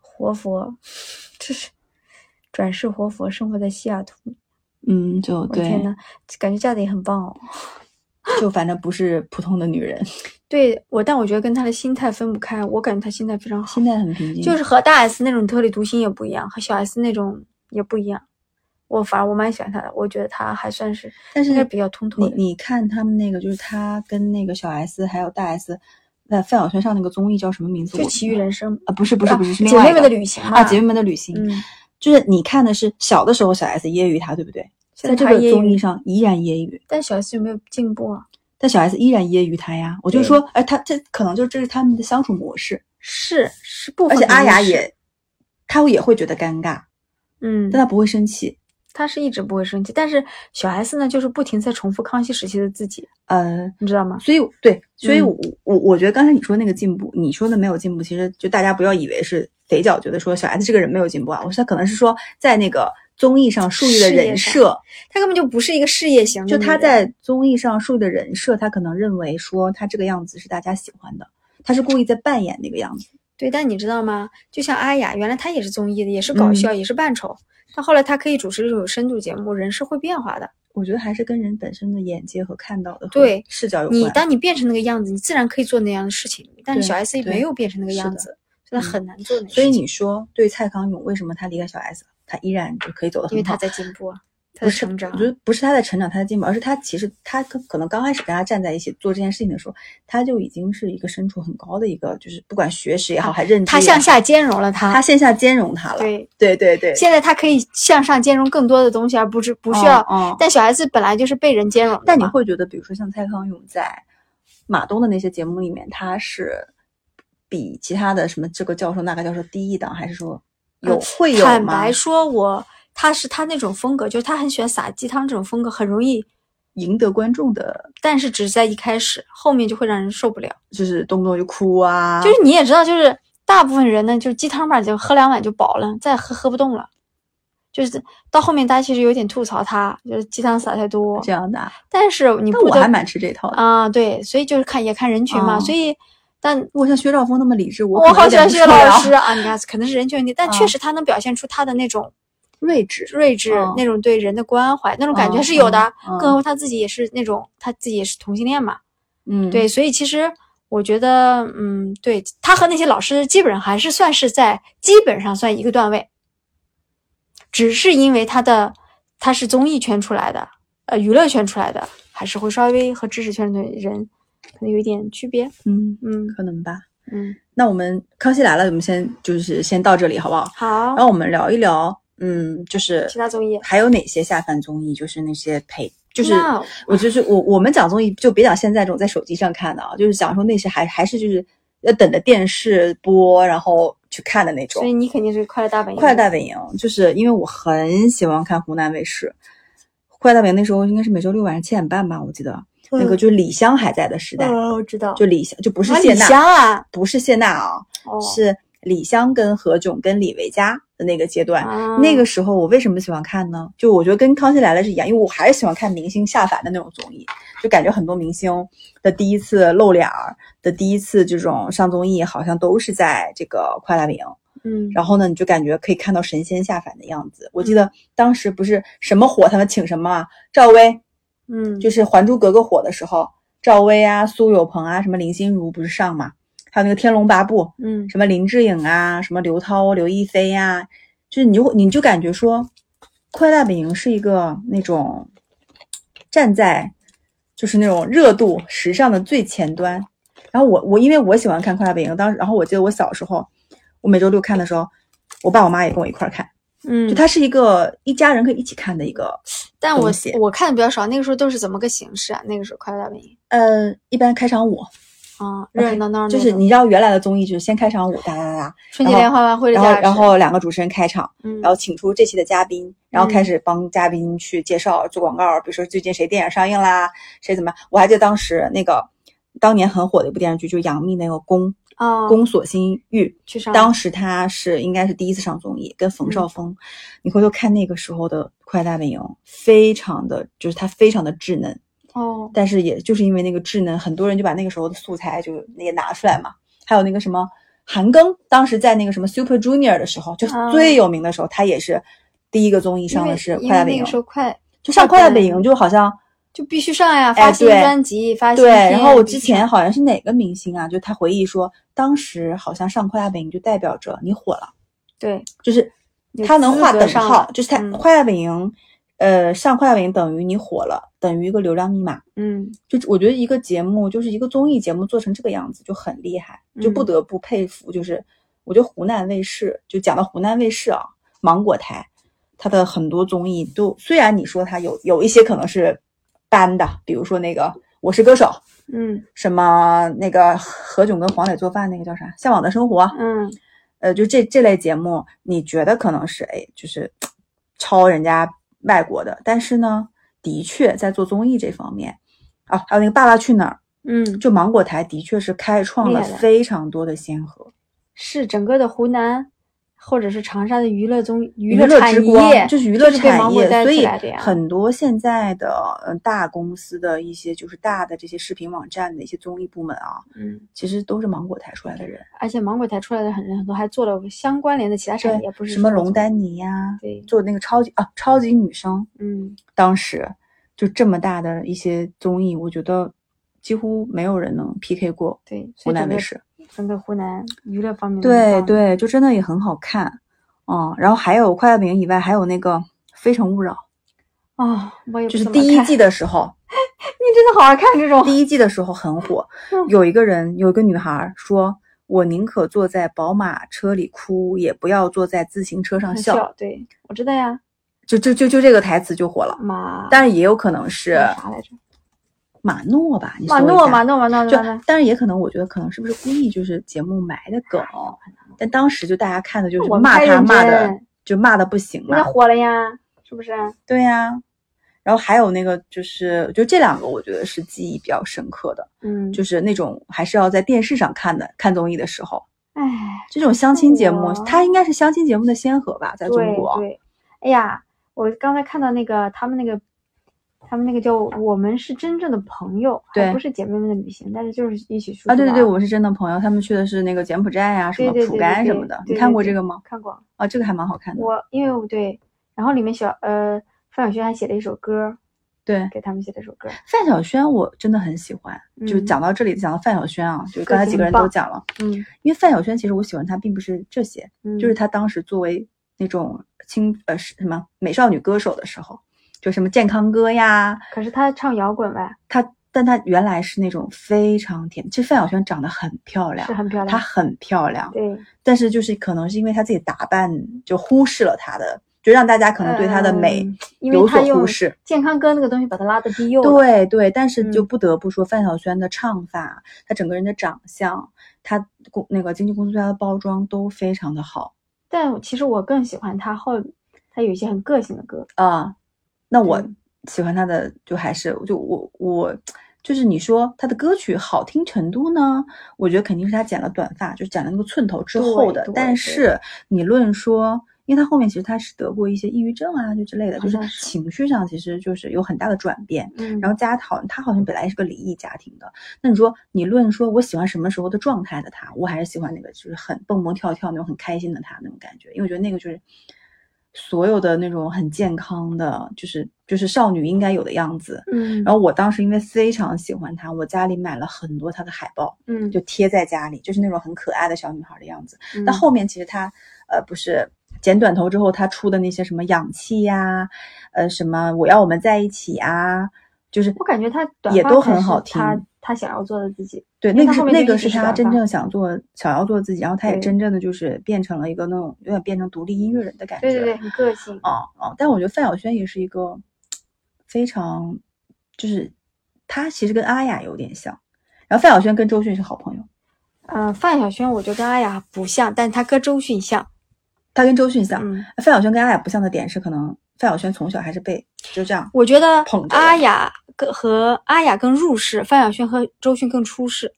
S2: 活佛，这是转世活佛，生活在西雅图。
S3: 嗯，就
S2: 我的天
S3: 对，
S2: 呐，感觉嫁的也很棒哦。
S3: 就反正不是普通的女 人，
S2: 对我，但我觉得跟他的心态分不开。我感觉他心态非常好
S3: 心，态很平静。
S2: 就是和大 S 那种特立独行也不一样，和小 S 那种也不一样。我反而我蛮喜欢他的，我觉得他还算是
S3: 但是
S2: 应该比较通透
S3: 你
S2: 的。
S3: 你看他们那个，就是他跟那个小 S 还有大 S，在范晓萱上那个综艺叫什么名字？
S2: 就《
S3: 我
S2: 奇遇人生》
S3: 啊，不是不是
S2: 啊
S3: 不是，是另
S2: 姐
S3: 外
S2: 妹
S3: 一
S2: 们
S3: 个
S2: 的旅行嘛
S3: 啊，姐妹们的旅行。
S2: 嗯，
S3: 就是你看的是小的时候小 S 揶揄他，对不对？在
S2: 现
S3: 这
S2: 他
S3: 个
S2: 也
S3: 综
S2: 有
S3: 艺，上依然揶揄，
S2: 但小 S 有没有进步啊？
S3: 但小 S 依然揶揄他呀。我就
S2: 对
S3: 说，哎，他这可能就是这是他们的相处模式，
S2: 是是部
S3: 而
S2: 分
S3: 且
S2: 肯定是，
S3: 阿雅也，她也会觉得尴尬，
S2: 嗯
S3: 但，她不会生气。
S2: 他是一直不会生气，但是小 S 呢，就是不停在重复康熙时期的自己，
S3: 呃，
S2: 你知道吗？
S3: 所以对，所以
S2: 嗯
S3: 我、我我觉得刚才你说那个进步，你说的没有进步，其实就大家不要以为是肥脚觉得说小 S 这个人没有进步啊，我说他可能是说在那个综艺上树立的
S2: 事业
S3: 人
S2: 上嗯
S3: 设，
S2: 她根本就不是一个事业型的
S3: 就
S2: 女人，
S3: 他在综艺上树立的人设，他可能认为说他这个样子是大家喜欢的，他是故意在扮演那个样子。
S2: 对，但你知道吗？就像阿雅，原来她也是综艺的，也是搞
S3: 嗯
S2: 笑，也是扮丑，但后来她可以主持这种深度节目，人是会变化的。
S3: 我觉得还是跟人本身的眼界和看到的和
S2: 对
S3: 视角有关。
S2: 你当你变成那个样子，你自然可以做那样的事情，但是
S3: 呃对
S2: 小 S 也
S3: 对
S2: 没有变成那个
S3: 是
S2: 样
S3: 的
S2: 子，所以她
S3: 嗯
S2: 很难做那个
S3: 所以
S2: 事情
S3: 你说对蔡康永为什么他离开小 S，他依然就可以走得
S2: 因为
S3: 很
S2: 她
S3: 好？
S2: 在进步啊，她
S3: 不
S2: 在
S3: 是
S2: 成长
S3: 我
S2: 啊
S3: 觉。得不是他在成长，他在进步，而是他其实他可可能刚开始跟他站在一起做这件事情的时候，他就已经是一个身处很高的一个，就是不管学识也好，还认知也好，
S2: 她啊向下兼容了她，
S3: 他线下兼容他了。
S2: 对，
S3: 对对对，
S2: 现在她可以向上兼容更多的东西，而不是不需要。
S3: 嗯嗯
S2: 但小 S 本来就是被人兼容的
S3: 但你
S2: 嘛
S3: 会觉得，比如说像蔡康永在马东的那些节目里面，他是比其他的什么这个教授那个教授低一档，还是说有会有
S2: 嗯坦
S3: 吗
S2: 白？说我，她是她那种风格，就是她很喜欢撒鸡汤这种风格，很容易。
S3: 赢得观众的
S2: 但是只是在一开始，后面就会让人受不了。
S3: 就是动不动就哭啊，
S2: 就是你也知道，就是大部分人呢，就是鸡汤吧，就喝两碗就饱了，再喝喝不动了。就是到后面，大家其实有点吐槽他，就是鸡汤撒太多
S3: 这。样的啊。
S2: 但是你
S3: 那
S2: 不
S3: 我
S2: 得
S3: 还蛮吃这套的。
S2: 啊、对，所以就是看也看人群嘛。
S3: 哦
S2: 所以，但
S3: 如果像薛兆丰那么理智，我
S2: 我
S3: 可能
S2: 好
S3: 有
S2: 喜欢薛
S3: 点不受
S2: 老
S3: 了
S2: 师啊，你看可能是人群问题，但确
S3: 嗯
S2: 实他能表现出他的那种
S3: 睿智。
S2: 睿智、
S3: 嗯
S2: 那种对人的关怀，那种感觉
S3: 嗯
S2: 是有的。
S3: 嗯嗯
S2: 更何况他自己也是那种他自己也是同性恋嘛，
S3: 嗯，
S2: 对，所以其实我觉得，嗯，对他和那些老师基本上还是算是在基本上算一个段位，只是因为他的他是综艺圈出来的，呃，娱乐圈出来的，还是会稍微和知识圈的人可能有一点区别。
S3: 嗯，
S2: 嗯
S3: 可能吧。
S2: 嗯，
S3: 那我们康熙来了，我们先就是先到这里好不好？
S2: 好
S3: 然，后我们聊一聊，嗯，就是
S2: 其他综艺
S3: 还有哪些下饭综艺？就是那些陪，就是
S2: 那
S3: 我就是我我们讲综艺就别讲现在这种在手机上看的啊，就是讲说那些还还是就是要等着电视播然后去看的那
S2: 所
S3: 种。
S2: 以你肯定是《快乐大本营》。
S3: 快乐大本营就是因为我很喜欢看湖南卫视，快乐大本营那时候应该是每周六晚上七点半吧，我记得、那个就是李湘还在的时代，
S2: 嗯，我知道，
S3: 就李湘就不是
S2: 啊
S3: 谢
S2: 李
S3: 娜，
S2: 湘啊，
S3: 不是谢娜啊，
S2: 哦，
S3: 是李湘跟何炅跟李维嘉的那个阶段。
S2: 啊
S3: 那个时候我为什么喜欢看呢？就我觉得跟《康熙来了》是一样，因为我还是喜欢看明星下凡的那种综艺，就感觉很多明星的第一次露脸儿的第一次这种上综艺，好像都是在这个《快乐大本营》。
S2: 嗯，
S3: 然后呢，你就感觉可以看到神仙下凡的样子。我记得当时不是什么火，他们请什么啊？赵薇，
S2: 嗯，
S3: 就是《还珠格格》火的时候，赵薇啊、苏有朋啊、什么林心如不是上嘛？还有那个《天龙八部》，
S2: 嗯
S3: 什么林志颖啊，什么刘涛、刘亦菲呀、就是你就会你就感觉说，《快乐大本营》是一个那种站在就是那种热度、时尚的最前端。然后我我因为我喜欢看《快乐大本营》，当时然后我记得我小时候，我每周六看的时候，我爸我妈也跟我一块儿看，就
S2: 嗯，
S3: 它是一个一家人可以一起看的一个。
S2: 但我
S3: 东西
S2: 我看的比较少，那个时候都是怎么个形式啊？那个时候《快乐大本营》
S3: 呃，一般开场舞
S2: 啊，热热闹闹那
S3: 就是
S2: 种
S3: 你知道原来的综艺就是先开场舞，哒哒哒哒，
S2: 春节
S3: 然后
S2: 联欢晚会的
S3: 然
S2: 架
S3: 后
S2: 势，
S3: 然后两个主持人开场，
S2: 嗯，
S3: 然后请出这期的嘉宾，然
S2: 嗯
S3: 后开始帮嘉宾去介绍、做广告，比如说最近谁电影上映啦，谁怎么样。我还记得当时那个当年很火的一部电视剧，就是杨幂那个《宫
S2: 啊，
S3: 宫锁心玉》，
S2: 去上
S3: 当时她是应该是第一次上综艺，跟冯绍峰。
S2: 嗯
S3: 你回头看那个时候的《快乐大本营》，非常的就是她非常的稚嫩，
S2: 哦，
S3: 但是也就是因为那个稚嫩，很多人就把那个时候的素材就也拿出来嘛。还有那个什么韩庚，当时在那个什么 Super Junior 的时候，就是
S2: 啊
S3: 最有名的时候，他也是第一个综艺
S2: 因
S3: 上
S2: 为
S3: 的是《
S2: 因
S3: 快
S2: 为
S3: 乐大本
S2: 那
S3: 营
S2: 个时》，候快
S3: 就上《快乐大本营》
S2: 快
S3: 就好像
S2: 就必须上呀，
S3: 哎
S2: 发新
S3: 对
S2: 专辑，发啊新
S3: 对。
S2: 片
S3: 然后我
S2: 必
S3: 之
S2: 须上
S3: 前好像是哪个明星啊，就他回忆说，当时好像上《快乐大本营》就代表着你火了，
S2: 对
S3: 就是
S2: 有
S3: 他能
S2: 资
S3: 画
S2: 格
S3: 等
S2: 上
S3: 号
S2: 了，
S3: 就是他
S2: 嗯
S3: 《快乐大本营》呃，上快文等于你火了，等于一个流量密码。
S2: 嗯
S3: 就我觉得一个节目，就是一个综艺节目做成这个样子就很厉害，就不
S2: 嗯
S3: 得不佩服。就是我觉得湖南卫视，就讲到湖南卫视啊，芒果台，它的很多综艺都虽然你说它有有一些可能是搬的，比如说那个《我是歌手》，
S2: 嗯
S3: 什么那个何炅跟黄磊做饭那个叫啥《向往的生活》，
S2: 嗯
S3: 呃，就这这类节目，你觉得可能是哎，就是抄人家外国的，但是呢，的确在做综艺这方面啊，还有那个《爸爸去哪儿》。
S2: 嗯，
S3: 就芒果台的确是开创
S2: 厉
S3: 了
S2: 害的
S3: 非常多的先河，
S2: 是整个的湖南或者是长沙的娱乐综娱
S3: 乐
S2: 产
S3: 之
S2: 业
S3: 光就是娱乐
S2: 是被
S3: 产
S2: 芒果
S3: 业，
S2: 带
S3: 所
S2: 起
S3: 以
S2: 来的呀。
S3: 很多现在的嗯大公司的一些就是大的这些视频网站的一些综艺部门啊，
S2: 嗯，
S3: 其实都是芒果台出来的人，
S2: 而且芒果台出来的很人很多，还做了相关联的其他产业，不是
S3: 什么
S2: 说
S3: 龙
S2: 总
S3: 丹妮呀、
S2: 对，
S3: 做那个超级啊超级女声，
S2: 嗯
S3: 当时就这么大的一些综艺，我觉得几乎没有人能 PK 过
S2: 对，所
S3: 湖
S2: 以整
S3: 南卫
S2: 个嗯
S3: 视。
S2: 整个湖南娱乐方面都很
S3: 对
S2: 棒
S3: 对，就真的也很好看，嗯，然后还有快乐饼以外，还有那个《非诚勿扰
S2: 啊，我也》，不
S3: 就是
S2: 怎么
S3: 第一
S2: 看
S3: 季的 时候，
S2: 你真的好好看这种，
S3: 第一季的时候很火
S2: 嗯，
S3: 有一个人，有一个女孩儿说：“我宁可坐在宝马车里哭，也不要坐在自行车上
S2: 很
S3: 笑。
S2: 笑，对我知道呀，
S3: 就就就就这个台词就火了，
S2: 马
S3: 但是也有可能是
S2: 叫啥来着？
S3: 马诺吧，你
S2: 嗯马
S3: 搜一
S2: 诺
S3: 下
S2: 马诺马诺
S3: 就
S2: 马诺，
S3: 当然也可能，我觉得可能是不是故意就是节目埋的梗，但当时就大家看的就
S2: 那
S3: 是
S2: 嗯我们
S3: 骂
S2: 太
S3: 他
S2: 认
S3: 骂的
S2: 真
S3: 就骂的不行
S2: 人家
S3: 嘛，
S2: 火了呀，是不是？
S3: 对呀、然后还有那个就是，就这两个我觉得是记忆比较深刻的，
S2: 嗯，
S3: 就是那种还是要在电视上看的，看综艺的时候，
S2: 哎，
S3: 这种相亲节目
S2: 中国，
S3: 它应该是相亲节目的先河吧，在
S2: 哦对
S3: 中国，
S2: 对，哎呀，我刚才看到那个他们那个。他们那个叫我们是真正的朋友，还
S3: 对
S2: 不是姐妹们的旅行，但是就是一起出去
S3: 啊，对对对，
S2: 玩
S3: 我们是真的朋友，他们去的是那个柬埔寨呀、什
S2: 对
S3: 么
S2: 对对
S3: 蒲
S2: 对
S3: 甘什么
S2: 对
S3: 的，
S2: 对
S3: 你看
S2: 对
S3: 过
S2: 对
S3: 这个吗？
S2: 看过，
S3: 啊，这个还蛮好看的，
S2: 我因为我对，然后里面小呃范晓萱还写了一首歌，
S3: 对。
S2: 给他们写了一首歌，
S3: 范晓萱，我真的很喜欢。就
S2: 嗯
S3: 讲到这里，讲到范晓萱啊，就
S2: 歌
S3: 刚才
S2: 姬
S3: 几个
S2: 很
S3: 人都
S2: 棒
S3: 讲了，
S2: 嗯，
S3: 因为范晓萱其实我喜欢她，并不是这些，就是她当时作为那种青呃是什么美少女歌手的时候，就什么健康歌呀，
S2: 可是他唱摇滚吧，
S3: 她但她原来是那种非常甜。其实范晓萱长得很漂亮
S2: 是，很漂亮。
S3: 她很漂亮，
S2: 对，
S3: 但是就是可能是因为她自己打扮就忽视了她的，就让大家可能对她的美
S2: 嗯因
S3: 有
S2: 为他
S3: 所忽
S2: 用
S3: 视。
S2: 健康歌那个东西把他拉得低幼了。
S3: 对对，但是就
S2: 嗯
S3: 不得不说，范晓萱的唱法，她整个人的长相，她公那个经纪公司对她的包装都非常的好
S2: 但其实我更喜欢他后，他有一些很个性的歌。
S3: 啊、那我
S2: 嗯
S3: 喜欢她的就还是就我我就是你说她的歌曲好听程度呢，我觉得肯定是她剪了短发，就剪了那个寸头之后
S2: 对
S3: 的。
S2: 对
S3: 但
S2: 对
S3: 是你论说，因为她后面其实她是得过一些抑郁症啊，就之类的，
S2: 好
S3: 就是
S2: 像是
S3: 情绪上其实就是有很大的转变。
S2: 嗯，
S3: 然后家好，他好像本来是个离异家庭的。那你说，你论说我喜欢什么时候的状态的他，我还是喜欢那个就是很蹦蹦跳跳那种很开心的他那种感觉，因为我觉得那个就是所有的那种很健康的，就是就是少女应该有的样子。
S2: 嗯，
S3: 然后我当时因为非常喜欢他，我家里买了很多他的海报，
S2: 嗯，
S3: 就贴在家里，就是那种很可爱的小女孩的样子。
S2: 嗯
S3: 但后面其实他呃不是剪短头之后，他出的那些什么氧气呀、呃什么我要我们在一起啊，就是
S2: 我感觉他短
S3: 也
S2: 发
S3: 都
S2: 才是
S3: 很好听。
S2: 他他想要做的自己。
S3: 对，
S2: 因
S3: 那
S2: 为他
S3: 个是
S2: 后面
S3: 那
S2: 就
S3: 个
S2: 一
S3: 是
S2: 直是
S3: 他
S2: 短
S3: 真
S2: 发
S3: 正想做想要做自己，然后他也
S2: 对
S3: 真正的就是变成了一个那种有点变成独立音乐人的感觉。
S2: 对对对，很个性。
S3: 哦哦，但我觉得范晓萱也是一个非常，就是她其实跟阿雅有点像，然后范晓萱跟周迅是好朋友，
S2: 嗯，范晓萱我觉得跟阿雅不像，但她跟周迅像。
S3: 她跟周迅像，
S2: 嗯，
S3: 范晓萱跟阿雅不像的点是，可能范晓萱从小还是被就这样，
S2: 我觉得
S3: 捧着
S2: 阿
S3: 的
S2: 雅跟和阿雅更入世，范晓萱和周迅更出世。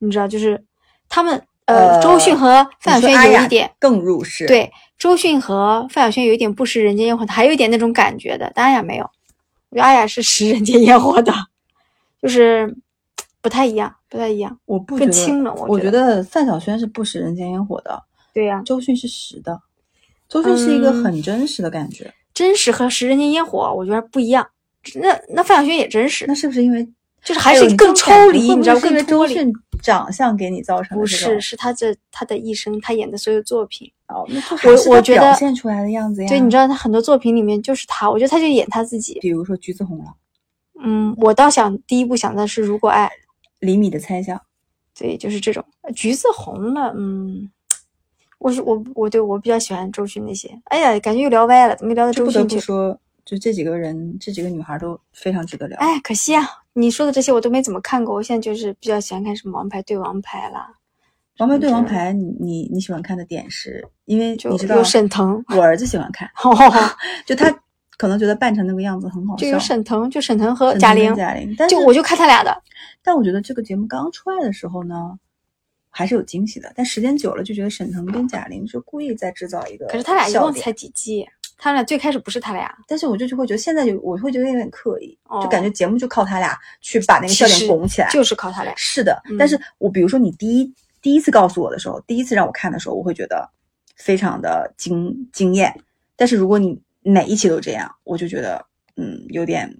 S2: 你知道，就是他们呃，周迅
S3: 呃
S2: 和范晓
S3: 你说阿
S2: 萱有
S3: 雅
S2: 一点
S3: 更入世，，
S2: 对，周迅和范晓萱有一点不食人间烟火，还有一点那种感觉的，但阿雅没有。我觉得阿雅是食人间烟火的， 就是不太一样，不太一样。
S3: 我不
S2: 更
S3: 觉得
S2: 清冷我
S3: 我
S2: 觉
S3: 得范晓萱是不食人间烟火的，
S2: 对呀、
S3: 周迅是实的，周迅是一个
S2: 嗯
S3: 很真实的感觉，
S2: 真实和食人间烟火，我觉得不一样。那那范晓萱也真实
S3: 那，是不是因为
S2: 就是还
S3: 哎呦
S2: 是
S3: 你
S2: 更
S3: 这
S2: 抽
S3: 种感觉
S2: 离，
S3: 会不
S2: 你知道，
S3: 会是因为
S2: 更脱
S3: 周
S2: 离。
S3: 迅长相给你造成的
S2: 不
S3: 这种
S2: 是，是他这他的一生，他演的所有作品，
S3: 哦，那就还是
S2: 我
S3: 他
S2: 我觉得
S3: 表现出来的样子呀。
S2: 对，你知道他很多作品里面就是他，我觉得他就演他自己。
S3: 比如说《橘子红了》，
S2: 嗯，我倒想第一部想的是《如果爱》，
S3: 厘米的猜想，
S2: 对，就是这种。橘子红了，嗯，我是我我对我比较喜欢周迅那些。哎呀，感觉又聊歪了，怎么聊到
S3: 这
S2: 周
S3: 不得
S2: 迅
S3: 不
S2: 去？
S3: 说，就这几个人，这几个女孩都非常值得聊。
S2: 哎，可惜啊，你说的这些我都没怎么看过。我现在就是比较喜欢看什么《王牌对王牌》 啦，
S3: 王牌对
S2: 这
S3: 王牌，你你你喜欢看的点是，因为
S2: 就
S3: 你知道
S2: 有，沈腾，
S3: 我儿子喜欢看，就他可能觉得扮成那个样子很好笑。
S2: 就有沈腾，就沈腾和
S3: 沈
S2: 贾
S3: 腾跟
S2: 玲，
S3: 贾玲，但
S2: 就是我就看他俩的。
S3: 但我觉得这个节目刚出来的时候呢，还是有惊喜的。但时间久了，就觉得沈腾跟贾玲是故意在制造一个。
S2: 可是他俩一共才，几季？他俩最开始不是他俩，
S3: 但是我就就会觉得现在有，我会觉得有点刻意，
S2: 哦
S3: 就感觉节目就靠他俩去把那个笑
S2: 其
S3: 点
S2: 实
S3: 拱起来。
S2: 就是靠他俩。
S3: 是的，
S2: 嗯
S3: 但是我比如说你第一第一次告诉我的时候，第一次让我看的时候，我会觉得非常的惊惊艳。但是如果你每一期都这样，我就觉得嗯有点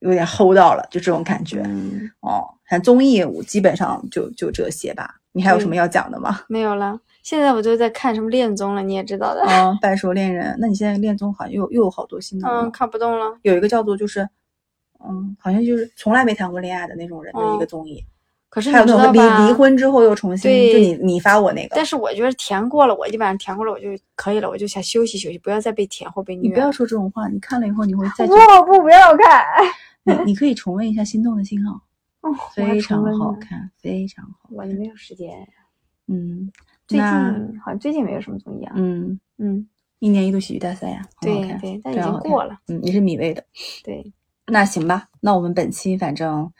S3: 有点齁到了，就这种感觉、
S2: 嗯，
S3: 哦。反正综艺我基本上就就这些吧。你还有什么
S2: 嗯
S3: 要讲的吗？
S2: 没有了。现在我都在看什么恋综了，你也知道的。
S3: 啊、半熟恋人，那你现在恋综好像又有又有好多新的了
S2: 哦嗯，看不动了。
S3: 有一个叫做就是。嗯，好像就是从来没谈过恋爱的那种人的一个
S2: 哦
S3: 综艺，
S2: 可是你
S3: 还有
S2: 知
S3: 那
S2: 道
S3: 种离
S2: 吧？
S3: 离。婚之后又重新，就
S2: 对
S3: 你你发我那个，
S2: 但是我觉得填过了，我基本上填过了，我就可以了，我就想休息休息，不要再被填或被虐。
S3: 你不要说这种话，你看了以后你会再去，
S2: 不不要看。
S3: 你你可以重温一下《心动的信号
S2: 哦》，我还
S3: 非
S2: 重
S3: 常
S2: 温
S3: 好
S2: 呢
S3: 看，非常好。
S2: 我没有时间。
S3: 嗯，
S2: 最近
S3: 那
S2: 好像最近没有什么综艺啊。
S3: 嗯，
S2: 嗯，
S3: 一年一度喜剧大赛呀、很好
S2: 对
S3: 看
S2: 对但已
S3: 非常
S2: 经
S3: 好看
S2: 过了。
S3: 嗯，你是米未的，
S2: 对，
S3: 那行吧，那我们本期反正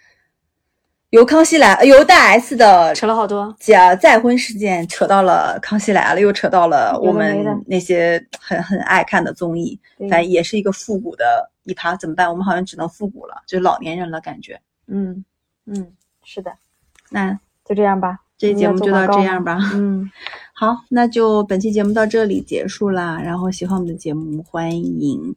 S3: 由康熙来，呃由大 S 的
S2: 扯了好多。
S3: 假再婚事件扯到了《康熙来了》，又扯到了我
S2: 有的
S3: 们
S2: 没的
S3: 那些很很爱看的综艺，
S2: 对
S3: 反正也是一个复古的一趴，怎么办？我们好像只能复古了，就是老年人了感觉。
S2: 嗯嗯，是的，
S3: 那
S2: 就这样 吧。
S3: 这期
S2: 你
S3: 节
S2: 要
S3: 目
S2: 做
S3: 就到
S2: 广告
S3: 这
S2: 吗
S3: 样吧。
S2: 嗯，
S3: 好，那就本期节目到这里结束啦。然后喜欢我们的节目，欢迎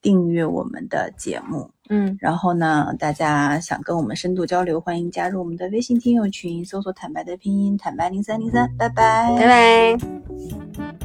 S3: 订阅我们的节目。
S2: 嗯，
S3: 然后呢，大家想跟我们深度交流，欢迎加入我们的微信听友群，搜索“坦白”的拼音“坦白零三零三”。拜拜，
S2: 拜拜。